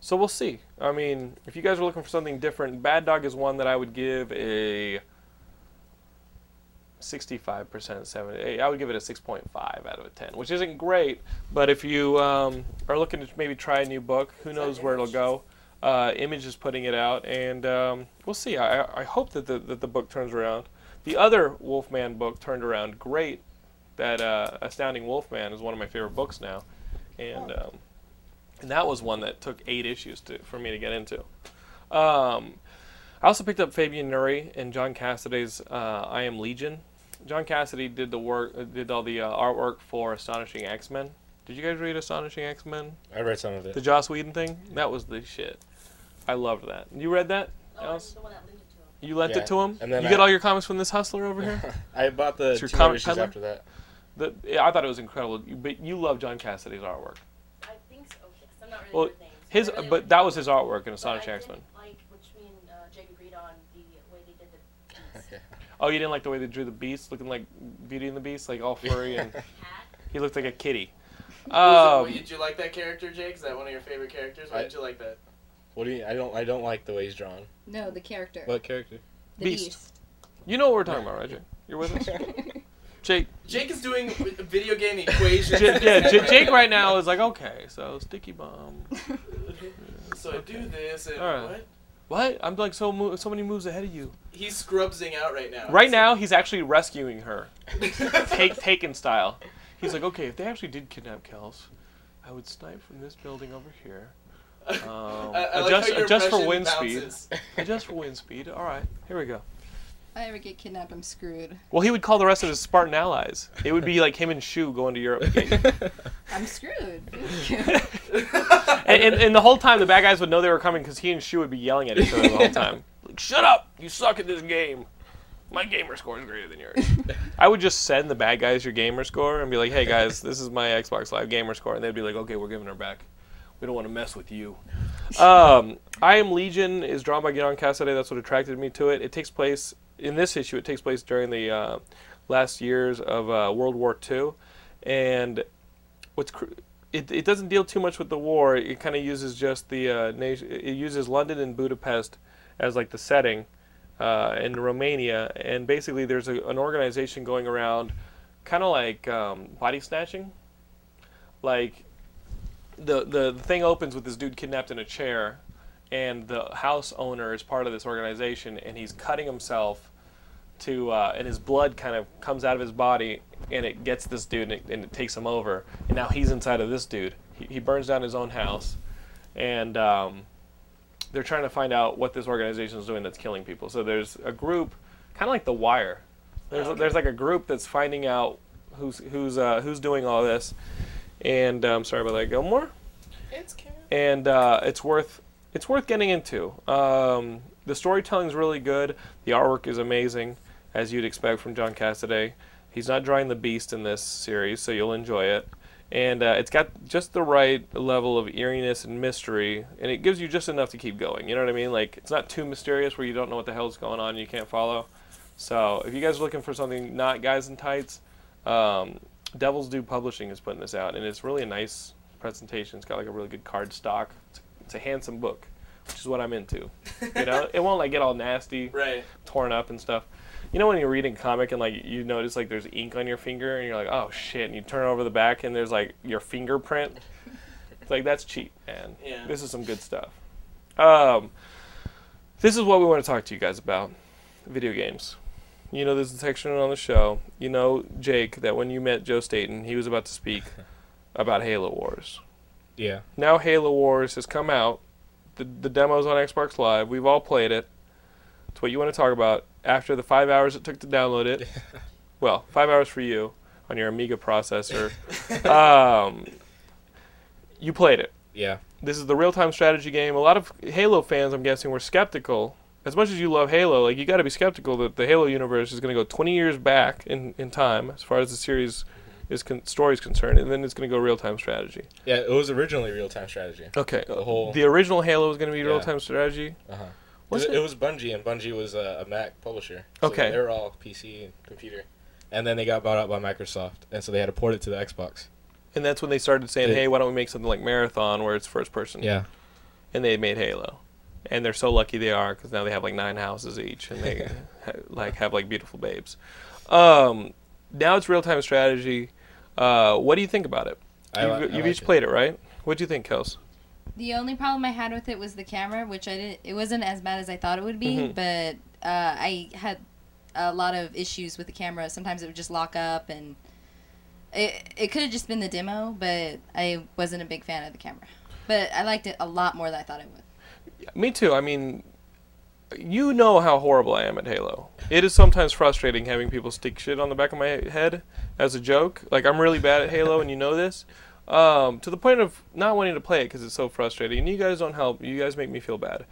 Speaker 4: so we'll see. I mean, if you guys are looking for something different, Bad Dog is one that I would give a 65%, 70. eh, I would give it a 6.5 out of a 10, which isn't great, but if you um, are looking to maybe try a new book, who knows where it'll go. Uh, Image is putting it out, and um, we'll see. I, I- I hope that the, that the book turns around. The other Wolfman book turned around great. That uh, Astounding Wolfman is one of my favorite books now. And um, and that was one that took eight issues to, for me to get into. Um, I also picked up Fabian Nuri and John Cassidy's uh, I Am Legion. John Cassidy did the work, uh, did all the uh, artwork for Astonishing X Men. Did you guys read Astonishing X Men?
Speaker 5: I read some of
Speaker 4: The
Speaker 5: it.
Speaker 4: Joss Whedon thing? That was the shit. I loved that. You read that?
Speaker 8: Oh,
Speaker 4: Alice? You lent
Speaker 5: Yeah.
Speaker 4: it to him.
Speaker 5: And then
Speaker 4: you
Speaker 5: I-
Speaker 4: get all your comics from this hustler over here.
Speaker 5: I bought the
Speaker 4: It's your
Speaker 5: two
Speaker 4: comic
Speaker 5: other issues
Speaker 4: peddler?
Speaker 5: after that.
Speaker 4: The, yeah, I thought it was incredible. You- But you love John Cassidy's artwork.
Speaker 8: I think so. Yes, I'm not really
Speaker 4: Well,
Speaker 8: good at names.
Speaker 4: his,
Speaker 8: I really
Speaker 4: but
Speaker 8: like-
Speaker 4: that was his artwork in
Speaker 8: but I
Speaker 4: Astonishing X Men.
Speaker 8: didn't Like, which me and uh, Jake agreed on the way they did the
Speaker 4: Oh, you didn't like the way they drew the beast, looking like Beauty and the Beast, like all furry, and
Speaker 8: cat.
Speaker 4: he looked like a kitty.
Speaker 7: So,
Speaker 4: Um,
Speaker 7: did you like that character, Jake? Is that one of your favorite characters? Why
Speaker 5: I-
Speaker 7: did you like that?
Speaker 5: What do you? I don't. I don't like the way he's drawn.
Speaker 6: No, the character.
Speaker 5: What character?
Speaker 6: The
Speaker 4: Beast. you know what we're talking about, right, Jake? You're with us, Jake.
Speaker 7: Jake is doing video game equations.
Speaker 4: J- yeah, J- Jake right now is like, okay, so sticky bomb.
Speaker 7: So I do this and
Speaker 4: All right.
Speaker 7: what?
Speaker 4: What? I'm like so mo- so many moves ahead of you.
Speaker 7: He's scrubsing out right now.
Speaker 4: Right now, he's actually rescuing her, take Taken style. He's like, okay, if they actually did kidnap Kels, I would snipe from this building over here. Um,
Speaker 7: I, I like
Speaker 4: adjust,
Speaker 7: how your
Speaker 4: adjust for
Speaker 7: impression
Speaker 4: wind speed.
Speaker 7: bounces.
Speaker 4: Adjust for wind speed. All right, here we go.
Speaker 6: If I ever get kidnapped, I'm screwed.
Speaker 4: Well, he would call the rest of his Spartan allies. It would be like him and Shu going to Europe. and,
Speaker 6: I'm screwed.
Speaker 4: and, and the whole time, the bad guys would know they were coming because he and Shu would be yelling at each other the whole time. Like, shut up! You suck at this game. My gamer score is greater than yours. I would just send the bad guys your gamer score and be like, hey guys, this is my Xbox Live gamer score. And they'd be like, okay, we're giving her back. We don't want to mess with you. Um, I Am Legion is drawn by Gideon Cassidy. That's what attracted me to it. It takes place, in this issue, it takes place during the uh, last years of uh, World War II. And what's cr- it, it doesn't deal too much with the war. It kind of uses just the uh, nation. It uses London and Budapest as like the setting, uh, in Romania, and basically there's a, an organization going around, kind of like um, body snatching. Like, the, the the thing opens with this dude kidnapped in a chair, and the house owner is part of this organization, and he's cutting himself to uh, and his blood kind of comes out of his body and it gets this dude and it, and it takes him over and now he's inside of this dude he, he burns down his own house and um, they're trying to find out what this organization is doing that's killing people so there's a group kind of like the wire there's, there's like a group that's finding out who's who's uh, who's doing all this and um, sorry about that gilmore
Speaker 7: It's cute.
Speaker 4: and uh, it's worth it's worth getting into. Um, the storytelling is really good. The artwork is amazing, as you'd expect from John Cassaday. He's not drawing the beast in this series, so you'll enjoy it. And uh, it's got just the right level of eeriness and mystery, and it gives you just enough to keep going. You know what I mean? Like it's not too mysterious where you don't know what the hell's going on and you can't follow. So if you guys are looking for something not guys in tights, um, Devil's Due Publishing is putting this out, and it's really a nice presentation. It's got like a really good card stock. It's It's a handsome book, which is what I'm into. You know, it won't like get all nasty,
Speaker 7: Right.
Speaker 4: torn up and stuff. You know when you're reading a comic and like you notice like there's ink on your finger and you're like, oh shit, and you turn over the back and there's like your fingerprint. It's like that's cheap, man.
Speaker 7: Yeah.
Speaker 4: This is some good stuff. Um, this is what we want to talk to you guys about: video games. You know, there's a section on the show. You know, Jake, that when you met Joe Staten, he was about to speak about Halo Wars
Speaker 5: Yeah.
Speaker 4: now Halo Wars has come out. The, the demo's on Xbox Live. We've all played it. It's what you want to talk about after the five hours it took to download it.
Speaker 5: Uh,
Speaker 4: well, five hours for you on your Amiga processor. um, you played it.
Speaker 5: Yeah.
Speaker 4: This is the real time strategy game. A lot of Halo fans, I'm guessing, were skeptical. As much as you love Halo, like you got to be skeptical that the Halo universe is going to go 20 years back in, in time as far as the series is con- story is concerned, and then it's going to go real time strategy.
Speaker 5: Yeah, it was originally real time strategy.
Speaker 4: Okay.
Speaker 5: The whole-
Speaker 4: the original Halo was going to be
Speaker 5: Yeah.
Speaker 4: real time strategy.
Speaker 5: Uh-huh.
Speaker 4: Was
Speaker 5: it,
Speaker 4: it-
Speaker 5: it was Bungie, and Bungie was uh, a Mac publisher. So
Speaker 4: Okay.
Speaker 5: They were all PC and computer. And then they got bought out by Microsoft, and so they had to port it to the Xbox.
Speaker 4: And that's when they started saying,
Speaker 5: Yeah.
Speaker 4: "Hey, why don't we make something like Marathon where it's first person?"
Speaker 5: Yeah.
Speaker 4: And they made Halo. And they're so lucky they are cuz now they have like nine houses each and they ha- like have like beautiful babes. Um now it's real time strategy. Uh what do you think about it?
Speaker 5: I
Speaker 4: you've
Speaker 5: li- I
Speaker 4: you've
Speaker 5: like
Speaker 4: each
Speaker 5: it.
Speaker 4: played it, right? What do you think, Kels?
Speaker 6: The only problem I had with it was the camera, which I didn't. It wasn't as bad as I thought it would be,
Speaker 4: Mhm.
Speaker 6: but uh, I had a lot of issues with the camera. Sometimes it would just lock up, and it it could have just been the demo, but I wasn't a big fan of the camera. But I liked it a lot more than I thought I would.
Speaker 4: Me too. I mean, you know how horrible I am at Halo. It is sometimes frustrating having people stick shit on the back of my head as a joke. Like I'm really bad at Halo, and you know this. Um, to the point of not wanting to play it because it's so frustrating. And you guys don't help. You guys make me feel bad.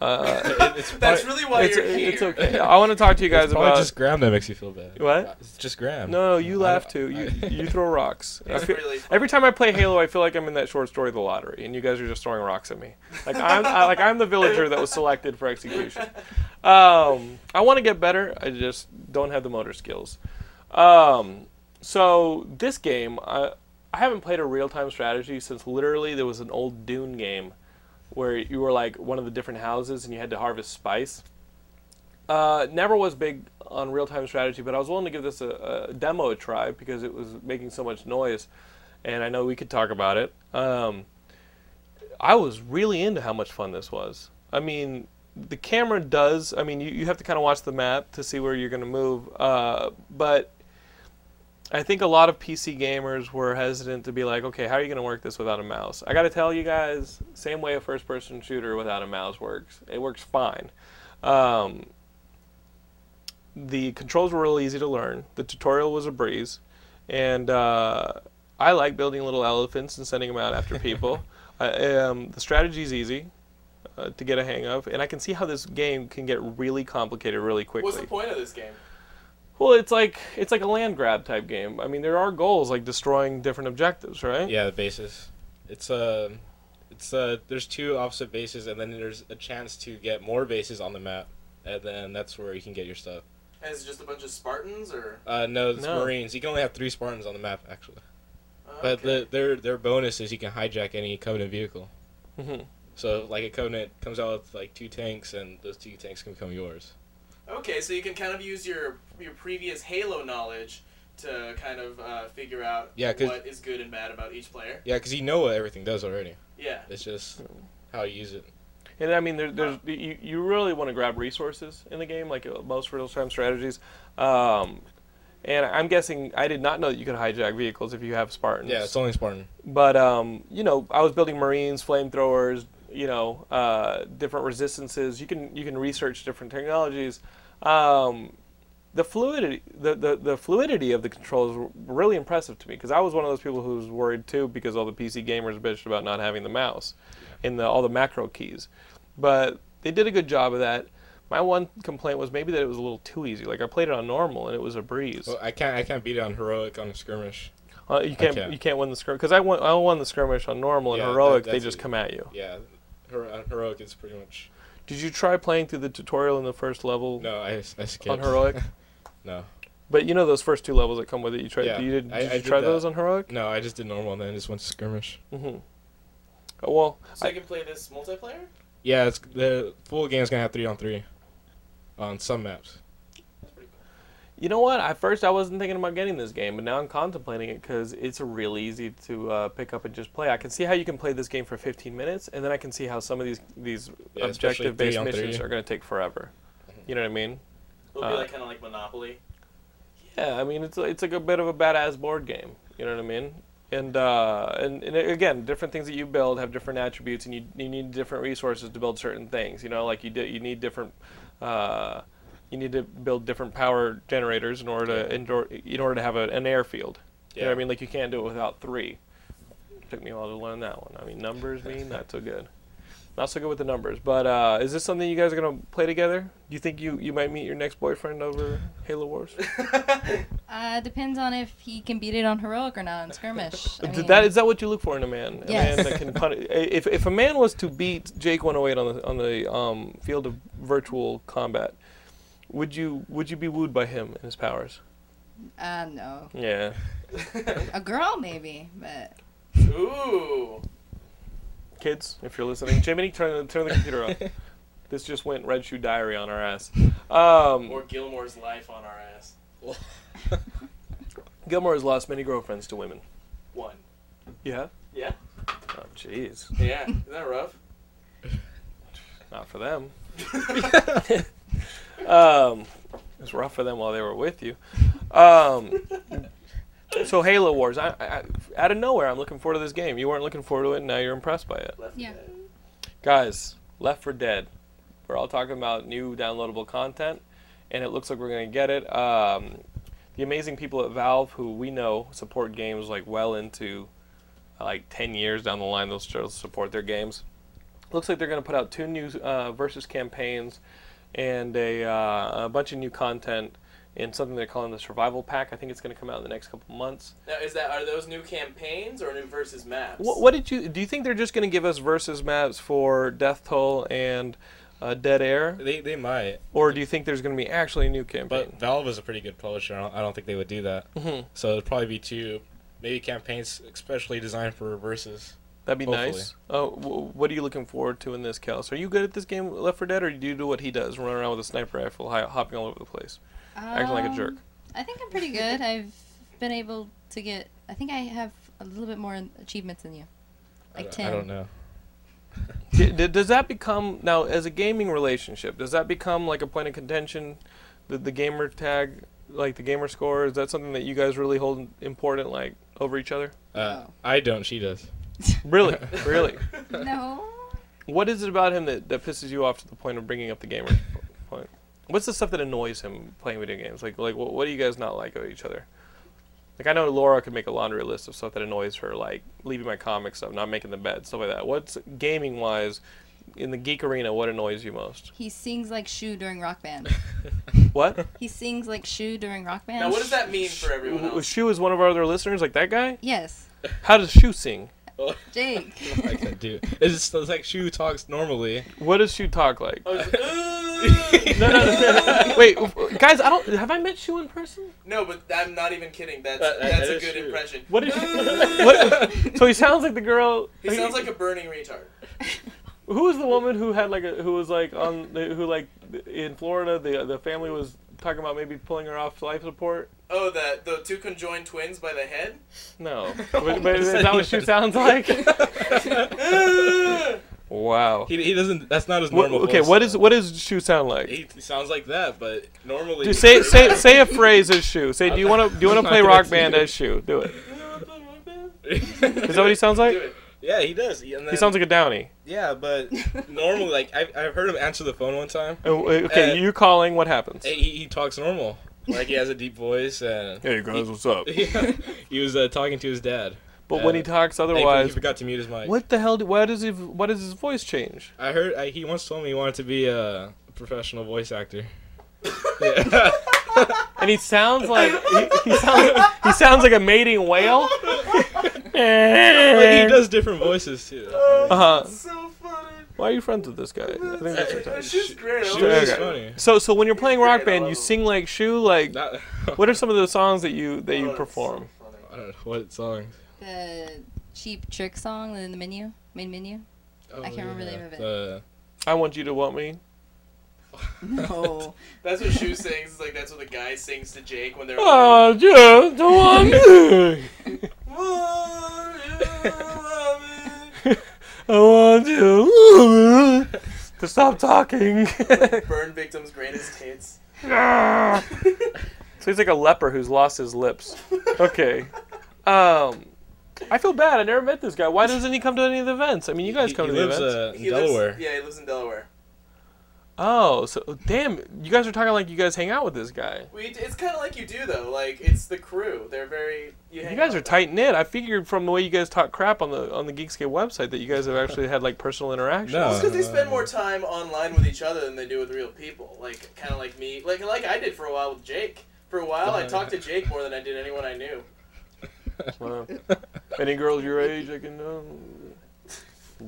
Speaker 4: Uh,
Speaker 5: It- it's
Speaker 7: That's
Speaker 5: probably-
Speaker 7: really why
Speaker 4: it's,
Speaker 7: you're here.
Speaker 4: it's okay. I want to talk to you guys
Speaker 5: it's probably
Speaker 4: about.
Speaker 5: just Graham that makes you feel bad.
Speaker 4: What?
Speaker 5: It's just Graham.
Speaker 4: No, no, you
Speaker 5: I
Speaker 4: laugh too.
Speaker 5: don't-
Speaker 4: You
Speaker 5: I-
Speaker 4: you throw rocks. I
Speaker 7: It's
Speaker 4: feel-
Speaker 7: really funny.
Speaker 4: every time I play Halo, I feel like I'm in that short story, The Lottery, and you guys are just throwing rocks at me. Like I'm I, like I'm the villager that was selected for execution. Um, I want to get better. I just don't have the motor skills. Um, so this game, I I haven't played a real time strategy since literally there was an old Dune game where you were like one of the different houses and you had to harvest spice. Uh, never was big on real time strategy, but I was willing to give this a, a demo a try because it was making so much noise, and I know we could talk about it. Um, I was really into how much fun this was. I mean, the camera does. I mean, you, you have to kind of watch the map to see where you're going to move, uh, but I think a lot of PC gamers were hesitant to be like, okay, how are you going to work this without a mouse? I got to tell you guys, same way a first person shooter without a mouse works. It works fine. Um, the controls were really easy to learn. The tutorial was a breeze, and uh, I like building little elephants and sending them out after people. I, um, the strategy's easy uh, to get a hang of, and I can see how this game can get really complicated really quickly.
Speaker 7: What's the point of this game?
Speaker 4: Well, it's like it's like a land grab type game. I mean, there are goals like destroying different objectives, right?
Speaker 5: Yeah, the bases. It's uh, it's uh, there's two opposite bases, and then there's a chance to get more bases on the map, and then that's where you can get your stuff.
Speaker 7: And it's just a bunch of Spartans, or
Speaker 5: Uh, no, it's
Speaker 4: No.
Speaker 5: Marines. You can only have three Spartans on the map, actually.
Speaker 7: Oh,
Speaker 5: But
Speaker 7: okay.
Speaker 5: the, their their bonus is you can hijack any Covenant vehicle.
Speaker 4: Mhm.
Speaker 5: So like a Covenant comes out with like two tanks, and those two tanks can become yours.
Speaker 7: okay, so you can kind of use your your previous Halo knowledge to kind of uh, figure out
Speaker 5: Yeah, 'cause-
Speaker 7: what is good and bad about each player.
Speaker 5: Yeah, because you know what everything does already.
Speaker 7: Yeah.
Speaker 5: It's just how you use it.
Speaker 4: And I mean, there, there's you, you really want to grab resources in the game, like uh, most real time strategies. Um, and I'm guessing I did not know that you could hijack vehicles if you have Spartans.
Speaker 5: Yeah, it's only Spartan.
Speaker 4: but um, you know, I was building Marines, flamethrowers, you know, uh, different resistances. You can you can research different technologies. Um, the fluidity, the, the, the fluidity of the controls were really impressive to me because I was one of those people who was worried too because all the PC gamers bitched about not having the mouse and the, all the macro keys, but they did a good job of that. My one complaint was maybe that it was a little too easy. Like I played it on normal and it was a breeze.
Speaker 5: Well, I can't I can't beat it on heroic on a skirmish.
Speaker 4: Uh, you can't
Speaker 5: can't.
Speaker 4: you can't win the skirmish because I won I won the skirmish on normal and
Speaker 5: Yeah, that-
Speaker 4: heroic. they
Speaker 5: that's
Speaker 4: just
Speaker 5: it.
Speaker 4: come at you.
Speaker 5: Yeah, hero, on heroic is pretty much
Speaker 4: Did you try playing through the tutorial in the first level
Speaker 5: no. I, I skipped
Speaker 4: on heroic?
Speaker 5: No,
Speaker 4: but you know those first two levels that come with it. You tried.
Speaker 5: Yeah,
Speaker 4: you did,
Speaker 5: I-
Speaker 4: did
Speaker 5: I
Speaker 4: you
Speaker 5: did
Speaker 4: try
Speaker 5: that.
Speaker 4: those on heroic? Mm-hmm.
Speaker 5: no, I just did normal and then I just went to skirmish.
Speaker 4: Oh, well,
Speaker 7: So you can play this multiplayer?
Speaker 5: Yeah, it's the full game's gonna have three on three, on some maps.
Speaker 4: You know what? At first, I wasn't thinking about getting this game, but now I'm contemplating it because it's real easy to uh, pick up and just play. I can see how you can play this game for 15 minutes, and then I can see how some of these these
Speaker 5: Yeah, especially
Speaker 4: objective-based
Speaker 5: three on
Speaker 4: missions
Speaker 5: three.
Speaker 4: are going to take forever. You know what I mean?
Speaker 7: It'll
Speaker 4: Uh,
Speaker 7: be like kind of like Monopoly.
Speaker 4: Yeah, I mean it's it's like a bit of a badass board game. You know what I mean? And uh, and, and again, different things that you build have different attributes, and you you need different resources to build certain things. You know, like you do, you need different. Uh, you need to build different power generators in order to in, or- in order to have a, an airfield. You know what
Speaker 5: Yeah.
Speaker 4: I mean? Like you can't do it without three. Took me a while to learn that one. I mean, numbers, me not so good, not so good with the numbers. But uh, is this something you guys are gonna play together? Do you think you, you might meet your next boyfriend over Halo Wars?
Speaker 6: Uh, depends on if he can beat it on heroic or not on skirmish. I
Speaker 4: Th-
Speaker 6: mean,
Speaker 4: that is that what you look for in a man? A
Speaker 6: Yes.
Speaker 4: man that can punish. eh, If if a man was to beat Jake 108 on the on the um, field of virtual combat, would you would you be wooed by him and his powers?
Speaker 6: Uh, no,
Speaker 4: Yeah.
Speaker 6: a girl maybe, but
Speaker 7: Ooh.
Speaker 4: Kids, if you're listening, Jiminy, turn the turn the computer off. This just went Red Shoe Diary on our ass. Um,
Speaker 7: Or Gilmore's life on our ass.
Speaker 4: Gilmore has lost many girlfriends to women.
Speaker 7: One.
Speaker 4: Yeah.
Speaker 7: Yeah.
Speaker 4: Oh, jeez.
Speaker 7: Yeah. Isn't that rough?
Speaker 4: Not for them. um, it was rough for them while they were with you. Um, so Halo Wars, I, I, out of nowhere, I'm looking forward to this game. You weren't looking forward to it, and now you're impressed by it,
Speaker 7: Left
Speaker 6: Yeah.
Speaker 7: hand.
Speaker 4: guys. Left for Dead. We're all talking about new downloadable content, and it looks like we're gonna get it. Um, the amazing people at Valve, who we know support games like well into uh, like 10 years down the line, they'll still support their games. Looks like they're going to put out two new uh, versus campaigns and a, uh, a bunch of new content in something they're calling the Survival Pack. I think it's going to come out in the next couple months.
Speaker 7: Now, is that are those new campaigns or new versus maps?
Speaker 4: What, what did you do? You think they're just going to give us versus maps for Death Toll and uh, Dead Air,
Speaker 5: They they might,
Speaker 4: or do you think there's going to be actually a new campaign?
Speaker 5: but Valve is a pretty good publisher. I don't, I don't think they would do that.
Speaker 4: Mhm.
Speaker 5: So it'd probably be two, maybe campaigns especially designed for versus.
Speaker 4: That'd be
Speaker 5: Hopefully.
Speaker 4: nice. Oh, wh- what are you looking forward to in this, Kels? Are you good at this game, Left 4 Dead, or do you do what he does, run around with a sniper rifle, hi- hopping all over the place, acting like a
Speaker 6: Um,
Speaker 4: jerk?
Speaker 6: I think I'm pretty good. I've been able to get. I think I have a little bit more achievements than you.
Speaker 5: I
Speaker 6: Like
Speaker 5: don't- I
Speaker 6: 10.
Speaker 5: don't know.
Speaker 4: D- d- does that become now as a gaming relationship? Does that become like a point of contention? The, the gamer tag, like the gamer score, is that something that you guys really hold important, like over each other?
Speaker 5: Uh,
Speaker 6: Oh.
Speaker 5: I don't. She does.
Speaker 4: Really, really.
Speaker 6: No.
Speaker 4: What is it about him that, that pisses you off to the point of bringing up the gamer point? What's the stuff that annoys him playing video games? Like, like what, what do you guys not like about each other? Like, I know Laura could make a laundry list of stuff that annoys her, like leaving my comics up, not making the bed, stuff like that. What's gaming wise in the geek arena? What annoys you most?
Speaker 6: He sings like Shu during Rock Band.
Speaker 4: What?
Speaker 6: He sings like Shu during Rock Band.
Speaker 7: Now, what does that mean for everyone
Speaker 4: W-
Speaker 7: else?
Speaker 4: Shu is one of our other listeners, like that guy.
Speaker 6: Yes,
Speaker 4: How does Shu sing?
Speaker 6: Jake.
Speaker 5: I can't do. It's just it's like she talks normally.
Speaker 4: What does Shu talk like?
Speaker 7: I was like, "Ooh."
Speaker 4: No, no, no. Wait, w- guys, I don't. Have I met Shu in person?
Speaker 7: no, but I'm not even kidding. That's
Speaker 5: That- that-
Speaker 7: that's
Speaker 5: that
Speaker 7: a
Speaker 5: is
Speaker 7: good
Speaker 5: true.
Speaker 7: impression.
Speaker 4: What is? what, so he sounds like the girl.
Speaker 7: He sounds like a burning retard.
Speaker 4: Who was the woman who had like a who was like on the, who like in Florida? The the family was talking about maybe pulling her off life support.
Speaker 7: Oh, the the two conjoined twins by the head.
Speaker 4: No, but, but is that what Shu sounds like? Wow.
Speaker 5: He, he doesn't. That's not his
Speaker 4: What,
Speaker 5: normal.
Speaker 4: okay,
Speaker 5: voice,
Speaker 4: what is
Speaker 5: though.
Speaker 4: what does Shu sound like?
Speaker 5: He sounds like that, but normally.
Speaker 4: Dude, say say say a phrase as Shu. Say, do you want to do you want
Speaker 5: I'm
Speaker 4: to
Speaker 5: not
Speaker 4: play
Speaker 5: gonna
Speaker 4: Rock
Speaker 5: do
Speaker 4: Band
Speaker 5: it.
Speaker 4: as Shu? Do it. Is
Speaker 5: say.
Speaker 4: that what he sounds like?
Speaker 7: Do it.
Speaker 5: yeah, he does. And then,
Speaker 4: He sounds like a Downy.
Speaker 5: Yeah, but normally, like I I've heard him answer the phone one time.
Speaker 4: Uh, Okay,
Speaker 5: Uh,
Speaker 4: you calling? What happens?
Speaker 5: Hey, he, he talks normal. Like he has a deep voice, and
Speaker 4: Hey guys, what's up?
Speaker 5: he was uh, talking to his dad.
Speaker 4: But when he talks
Speaker 5: Hey, he
Speaker 4: otherwise,
Speaker 5: forgot to mute his mic.
Speaker 4: what the hell? Do, why does he? Why does his voice change?
Speaker 5: I heard I, he once told me he wanted to be a professional voice actor. Yeah.
Speaker 4: And he sounds like he, he sounds he sounds like a mating whale.
Speaker 5: But he
Speaker 4: uh
Speaker 5: does different voices too.
Speaker 4: huh.
Speaker 7: So funny.
Speaker 4: Why are you friends with this guy? Uh-huh. I think that's what's happening.
Speaker 7: It's just great. I
Speaker 5: She
Speaker 7: love
Speaker 5: was
Speaker 7: it.
Speaker 5: just funny.
Speaker 4: So so when you're playing Rock
Speaker 7: great, I
Speaker 4: Band,
Speaker 7: love
Speaker 4: you
Speaker 7: him.
Speaker 4: sing like Shu. Like,
Speaker 5: Not,
Speaker 4: what are some of the songs that you that
Speaker 7: Oh,
Speaker 4: you
Speaker 7: it's
Speaker 4: perform?
Speaker 7: so funny.
Speaker 5: I don't know what song.
Speaker 6: the cheap trick song in the menu. Main menu? I can't remember the name of it.
Speaker 5: The,
Speaker 4: I want you to want me.
Speaker 6: No.
Speaker 7: That's what Shu sings. It's like that's what the guy sings to Jake when they're.
Speaker 4: Oh, just want you. I want you to stop talking.
Speaker 7: Burn victims' greatest hits.
Speaker 4: so he's like a leper who's lost his lips. Okay. Um, I feel bad. I never met this guy. Why doesn't he come to any of the events? I mean, you guys
Speaker 5: he,
Speaker 4: come
Speaker 5: he
Speaker 4: to the
Speaker 5: lives
Speaker 4: events.
Speaker 5: uh, in
Speaker 7: He lives-
Speaker 5: Delaware.
Speaker 7: yeah, he lives in Delaware.
Speaker 4: oh, so damn. You guys are talking like you guys hang out with this guy.
Speaker 7: We, it's kind of like you do though. Like it's the crew. They're very. You, hang
Speaker 4: You guys
Speaker 7: out
Speaker 4: are
Speaker 7: with them.
Speaker 4: tight knit. I figured from the way you guys talk crap on the on the Geekscape website that you guys have actually had like personal interactions.
Speaker 5: No.
Speaker 7: It's because they spend more time online with each other than they do with real people. Like kind of like me, like like I did for a while with Jake. For a while, I talked to Jake more than I did anyone I knew.
Speaker 4: Wow. Any girls your age, I can know.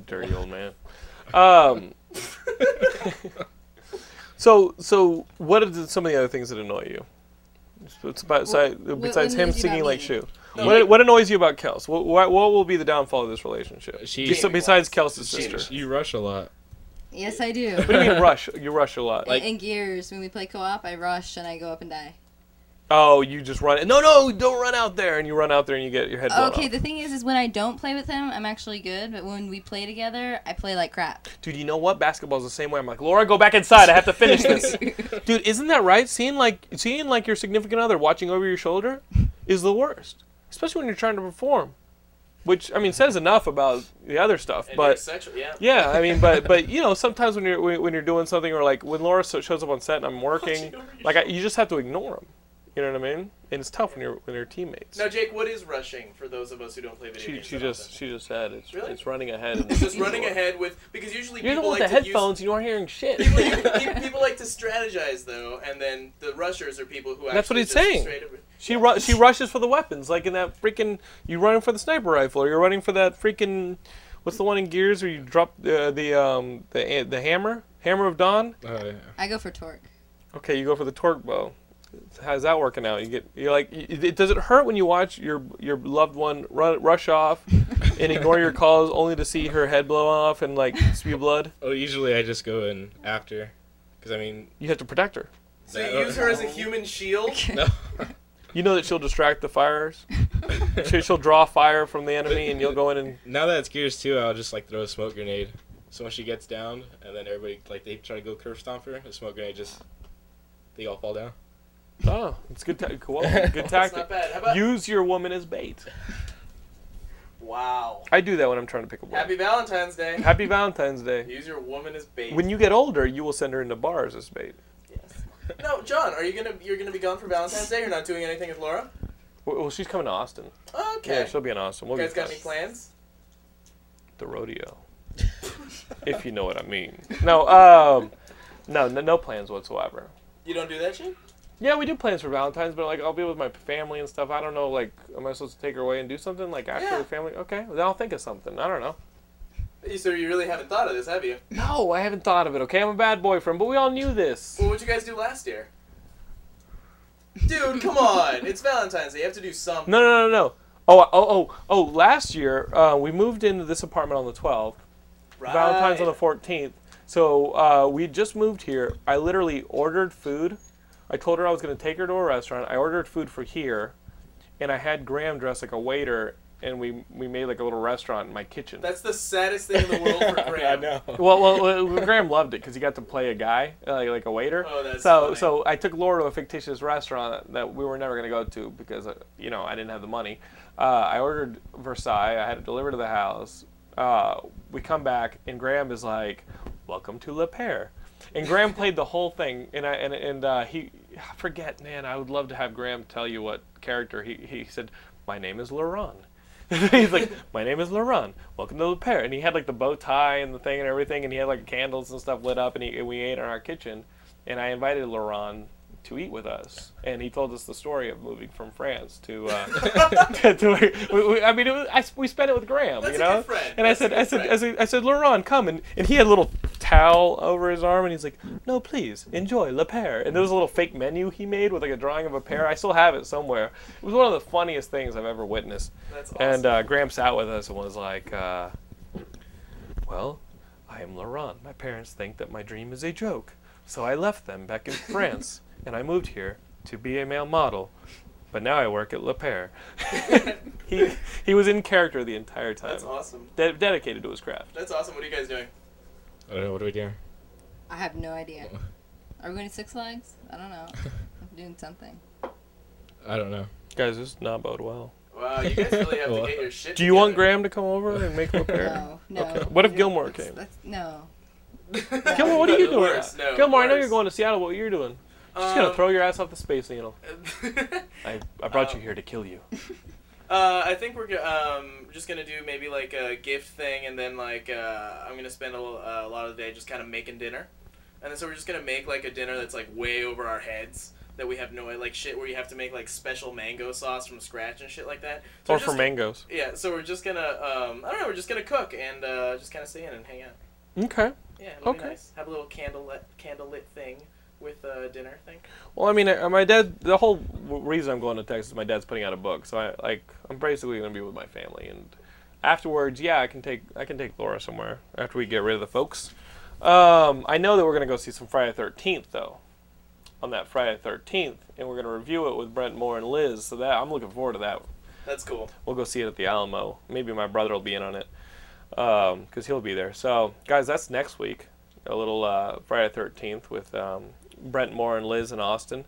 Speaker 4: Dirty old man. Um, so, so what are the, some of the other things that annoy you? It's about, si-
Speaker 6: what
Speaker 4: besides him
Speaker 6: annoys you
Speaker 4: singing
Speaker 6: about
Speaker 4: like
Speaker 6: me?
Speaker 4: Shu.
Speaker 7: No,
Speaker 4: what,
Speaker 7: like-
Speaker 4: what annoys you about Kels? What, what, what will be the downfall of this relationship?
Speaker 5: She-
Speaker 4: Bes- besides Kels'
Speaker 5: She-
Speaker 4: sister.
Speaker 5: she- You rush a lot.
Speaker 6: yes, I do.
Speaker 4: What do you mean rush? You rush a lot.
Speaker 5: Like-
Speaker 6: in Gears, when we play co-op, I rush and I go up and die.
Speaker 4: oh, you just run. No, no, don't run out there. And you run out there and you get your head blown
Speaker 6: Okay,
Speaker 4: off.
Speaker 6: the thing is, is when I don't play with him, I'm actually good. But when we play together, I play like crap.
Speaker 4: Dude, you know what? Basketball's the same way. I'm like, Laura, go back inside. I have to finish this. Dude, isn't that right? Seeing like seeing like your significant other watching over your shoulder is the worst, especially when you're trying to perform. Which I mean says enough about the other stuff,
Speaker 7: And you're
Speaker 4: but
Speaker 7: sexual, yeah.
Speaker 4: yeah, I mean, but but you know, sometimes when you're when, when you're doing something or like when Laura so- shows up on set and I'm working, like I, you just have to ignore them. You know what I mean? And it's tough when you're when you're teammates.
Speaker 7: Now, Jake, what is rushing for those of us who don't play video
Speaker 4: she
Speaker 7: games?
Speaker 4: she
Speaker 7: that
Speaker 4: just
Speaker 7: often?
Speaker 4: she just said it's
Speaker 7: Really?
Speaker 4: it's running ahead.
Speaker 7: It's just running ahead with because usually
Speaker 4: You're the
Speaker 7: people
Speaker 4: one with the
Speaker 7: like to
Speaker 4: headphones. and You aren't hearing shit.
Speaker 7: Use, people, people- people like to strategize though, and then the rushers are people who.
Speaker 4: That's what
Speaker 7: actually
Speaker 4: he's
Speaker 7: just
Speaker 4: saying.
Speaker 7: straight up-
Speaker 4: She ru- she rushes for the weapons, like in that freaking. You running for the sniper rifle, or you're running for that freaking. What's the one in Gears where you drop the the um the the hammer, hammer of dawn?
Speaker 5: Oh, yeah.
Speaker 6: I go for torque.
Speaker 4: Okay, you go for the torque bow. How's that working out? You get you're like, it, it- does it hurt when you watch your your loved one run, rush off and ignore your calls, only to see her head blow off and like spew blood?
Speaker 5: Oh, usually I just go in after, because I mean,
Speaker 4: You have to protect her.
Speaker 7: So you use her as a human shield.
Speaker 5: no.
Speaker 4: You know that she'll distract the fires. She, she'll draw fire from the enemy, and you'll go in and
Speaker 5: now that it's Gears 2, I'll just like throw a smoke grenade. So when she gets down, and then everybody like they try to go curve stomp her, the smoke grenade just they all fall down.
Speaker 4: oh, it's good. Ta- cool, good
Speaker 7: That's
Speaker 4: tactic.
Speaker 7: not bad. How about
Speaker 4: Use your woman as bait.
Speaker 7: wow?
Speaker 4: I do that when I'm trying to pick a woman.
Speaker 7: Happy Valentine's Day.
Speaker 4: Happy Valentine's Day.
Speaker 7: Use your woman as bait.
Speaker 4: When you get older, you will send her into bars as bait.
Speaker 7: no, John, are you gonna you're gonna be gone for Valentine's Day? You're not doing anything with Laura?
Speaker 4: W- Well, she's coming to Austin. Yeah,
Speaker 7: Okay.
Speaker 4: she'll be in Austin.
Speaker 7: you
Speaker 4: We'll
Speaker 7: guys
Speaker 4: be
Speaker 7: got
Speaker 4: fine.
Speaker 7: any plans?
Speaker 4: The rodeo. if you know what I mean. No, um, no, no, no plans whatsoever.
Speaker 7: You don't do that shit.
Speaker 4: Yeah, we do plans for Valentine's, but like I'll be with my family and stuff. I don't know, like, am I supposed to take her away and do something like after
Speaker 7: Yeah.
Speaker 4: the family? Okay, well, then I'll think of something. I don't know.
Speaker 7: So you really haven't thought of this, have you?
Speaker 4: No, I haven't thought of it. Okay, I'm a bad boyfriend, but we all knew this.
Speaker 7: Well, what'd you guys do last year? Dude, come on! It's Valentine's Day. You have to do something.
Speaker 4: No, no, no, no. Oh, oh, oh, oh! Last year uh, we moved into this apartment on the 12th.
Speaker 7: Right.
Speaker 4: Valentine's on the 14th. So uh, we just moved here. I literally ordered food. I told her I was going to take her to a restaurant. I ordered food for here, and I had Graham dress like a waiter, and we we made like a little restaurant in my kitchen.
Speaker 7: That's the saddest thing in the world for Graham.
Speaker 4: well, well, well, Graham loved it because he got to play a guy, uh, like, like a waiter.
Speaker 7: Oh, that's
Speaker 4: so,
Speaker 7: funny.
Speaker 4: so I took Laura to a fictitious restaurant that we were never going to go to because, uh, you know, I didn't have the money. Uh, I ordered Versailles. I had it delivered to the house. Uh, we come back, and Graham is like, "Welcome to Le Pere." And Graham played the whole thing, and I and and uh, he, I forget, man. I would love to have Graham tell you what character he he said. My name is Laurent. he's like, my name is Laurent. Welcome to the pair. And he had like the bow tie and the thing and everything, and he had like candles and stuff lit up, and, he, and we ate in our kitchen. And I invited Laurent to eat with us, and he told us the story of moving from France to. Uh, to, to- we, we- I mean, it was, I, we spent it with Graham,
Speaker 7: That's
Speaker 4: you
Speaker 7: a
Speaker 4: know.
Speaker 7: good friend.
Speaker 4: And I
Speaker 7: That's a
Speaker 4: said,
Speaker 7: good
Speaker 4: I said,
Speaker 7: friend.
Speaker 4: I said, I said, Laurent, come, and, and he had a little towel over his arm, and he's like, no, please, enjoy Le Pear. And there was a little fake menu he made with like a drawing of a pear. I still have it somewhere. It was one of the funniest things I've ever witnessed.
Speaker 7: That's awesome.
Speaker 4: And uh, Graham sat with us and was like, uh, Well, I am Laurent. My parents think that my dream is a joke. So I left them back in France and I moved here to be a male model. But now I work at Le Pair. uh, he, he was in character the entire time.
Speaker 7: That's awesome.
Speaker 4: De- dedicated to his craft.
Speaker 7: That's awesome. What are you guys doing?
Speaker 5: I don't know. What are we doing?
Speaker 6: I have no idea. Are we going to Six Flags? I don't know. I'm doing something.
Speaker 5: I don't know.
Speaker 4: Guys, this does not bode well.
Speaker 7: Wow, you guys really have to get your shit.
Speaker 4: Do you want
Speaker 7: together.
Speaker 4: Graham to come over and make repair?
Speaker 6: No, no.
Speaker 4: Okay. What if Gilmore
Speaker 6: That's-
Speaker 4: came?
Speaker 6: that's- no.
Speaker 4: Gilmore, what are you
Speaker 7: The
Speaker 4: doing?
Speaker 7: worst, no,
Speaker 4: Gilmore, I know
Speaker 7: worst.
Speaker 4: you're going to Seattle. What are you doing? Just gonna
Speaker 7: Um,
Speaker 4: throw your ass off the space needle. I, I brought you
Speaker 7: um,
Speaker 4: here to kill you.
Speaker 7: uh, I think we're go- um, just gonna do maybe like a gift thing, and then like uh, I'm gonna spend a l- uh, a lot of the day just kind of making dinner, and then so we're just gonna make like a dinner that's like way over our heads that we have no like shit where you have to make like special mango sauce from scratch and shit like that. So
Speaker 4: Or
Speaker 7: we're
Speaker 4: for
Speaker 7: just-
Speaker 4: mangoes.
Speaker 7: Yeah, so we're just gonna um, I don't know, we're just gonna cook and uh, just kind of sit in and hang out.
Speaker 4: Okay.
Speaker 7: Yeah, it'll be
Speaker 4: Okay.
Speaker 7: nice. Have a little candle lit candle lit thing with a dinner thing.
Speaker 4: Well, I mean, I, my dad. The whole w- reason I'm going to Texas, my dad's putting out a book, so I like I'm basically gonna be with my family, and afterwards, yeah, I can take I can take Laura somewhere after we get rid of the folks. Um, I know that we're gonna go see some Friday Thirteenth though, on that Friday Thirteenth, and we're gonna review it with Brent Moore and Liz. So that I'm looking forward to that.
Speaker 7: That's cool.
Speaker 4: We'll go see it at the Alamo. Maybe my brother will be in on it because Um, he'll be there. So, guys, that's next week. A little uh, Friday Thirteenth with um, Brent Moore and Liz and Austin,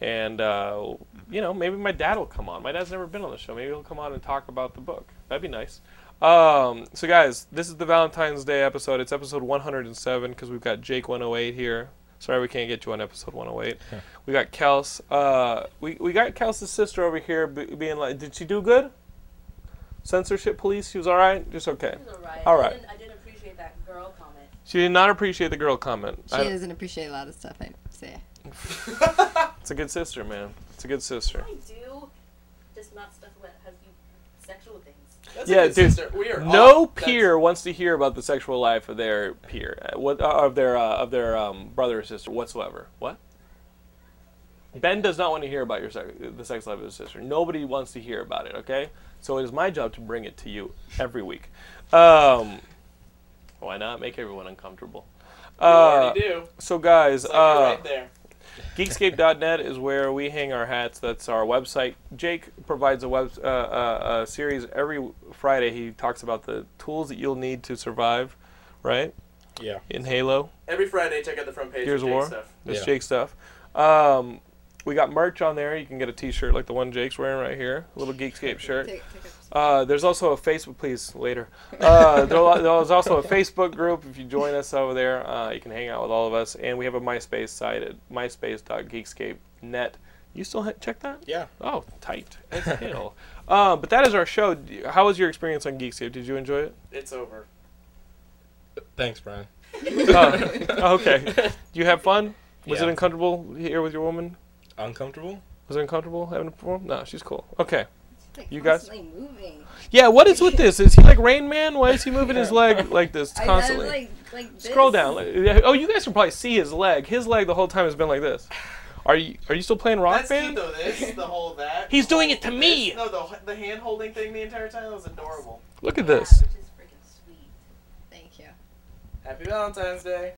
Speaker 4: and uh, you know maybe my dad will come on. My dad's never been on the show. Maybe he'll come on and talk about the book. That'd be nice. Um, so, guys, this is the Valentine's Day episode. It's episode 107 because we've got Jake 108 here. Sorry we can't get you on episode 108. we got Kels. Uh, we we got Kels' sister over here b- being like, did she do good? Censorship police. She was all right. Just okay.
Speaker 8: It was alright.
Speaker 4: All right.
Speaker 8: I didn't, I didn't appreciate that girl comment.
Speaker 4: She did not appreciate the girl comment.
Speaker 6: She
Speaker 4: I-
Speaker 6: doesn't appreciate a lot of stuff I say.
Speaker 4: it's a good sister, man. It's a good sister.
Speaker 8: I do, just not stuff that has to do with sexual things.
Speaker 7: That's
Speaker 4: Yeah,
Speaker 7: a good
Speaker 4: dude,
Speaker 7: sister. We are
Speaker 4: No
Speaker 7: off. Oh, That's-
Speaker 4: peer wants to hear about the sexual life of their peer, uh, what uh, of their uh, of their um, brother or sister whatsoever. What? Ben does not want to hear about your sex, the sex life of his sister. Nobody wants to hear about it. Okay, so it is my job to bring it to you every week. Um, why not make everyone uncomfortable?
Speaker 7: We
Speaker 4: Uh,
Speaker 7: already do.
Speaker 4: so guys,
Speaker 7: It's like
Speaker 4: uh,
Speaker 7: you're right there.
Speaker 4: Geekscape.net is where we hang our hats. That's our website. Jake provides a web uh, uh, a series every Friday. He talks about the tools that you'll need to survive, right?
Speaker 5: Yeah.
Speaker 4: In Halo,
Speaker 7: Every Friday, check out the front page.
Speaker 4: Gears
Speaker 7: of
Speaker 4: of
Speaker 7: Jake
Speaker 4: War.
Speaker 7: Stuff.
Speaker 4: That's
Speaker 5: Yeah.
Speaker 4: Jake stuff. Um, we got merch on there. You can get a T-shirt like the one Jake's wearing right here, a little Geekscape shirt. Uh, there's also a Facebook, please, later. Uh, there- there's also a Facebook group. If you join us over there, uh, you can hang out with all of us. And we have a MySpace site at myspace.geekscape.net. You still ha- check that?
Speaker 5: Yeah.
Speaker 4: Oh, tight as hell. Uh, but that is our show. D- How was your experience on Geekscape? Did you enjoy it?
Speaker 7: It's over.
Speaker 5: Thanks, Brian.
Speaker 4: Oh, okay. Did you have fun? Was
Speaker 5: Yeah.
Speaker 4: it uncomfortable here with your woman?
Speaker 5: Uncomfortable?
Speaker 4: Was it uncomfortable having to perform? No, she's cool. Okay. You
Speaker 6: you
Speaker 4: guys-
Speaker 6: guys moving.
Speaker 4: Yeah, what is with this? Is he like Rain Man? Why is he moving his leg like this
Speaker 6: I- I
Speaker 4: constantly?
Speaker 6: was like, like this.
Speaker 4: Scroll down. Like, yeah, Oh, you guys can probably see his leg. His leg the whole time has been like this. Are you are you still playing Rock
Speaker 7: That's cute
Speaker 4: Band?
Speaker 7: though. This, the whole of that.
Speaker 4: He's doing it to
Speaker 7: This-
Speaker 4: me.
Speaker 7: No, the the hand holding thing the entire time that was adorable.
Speaker 4: Look at
Speaker 8: Yeah,
Speaker 4: this.
Speaker 8: which is freaking sweet.
Speaker 6: Thank you.
Speaker 7: Happy Valentine's Day.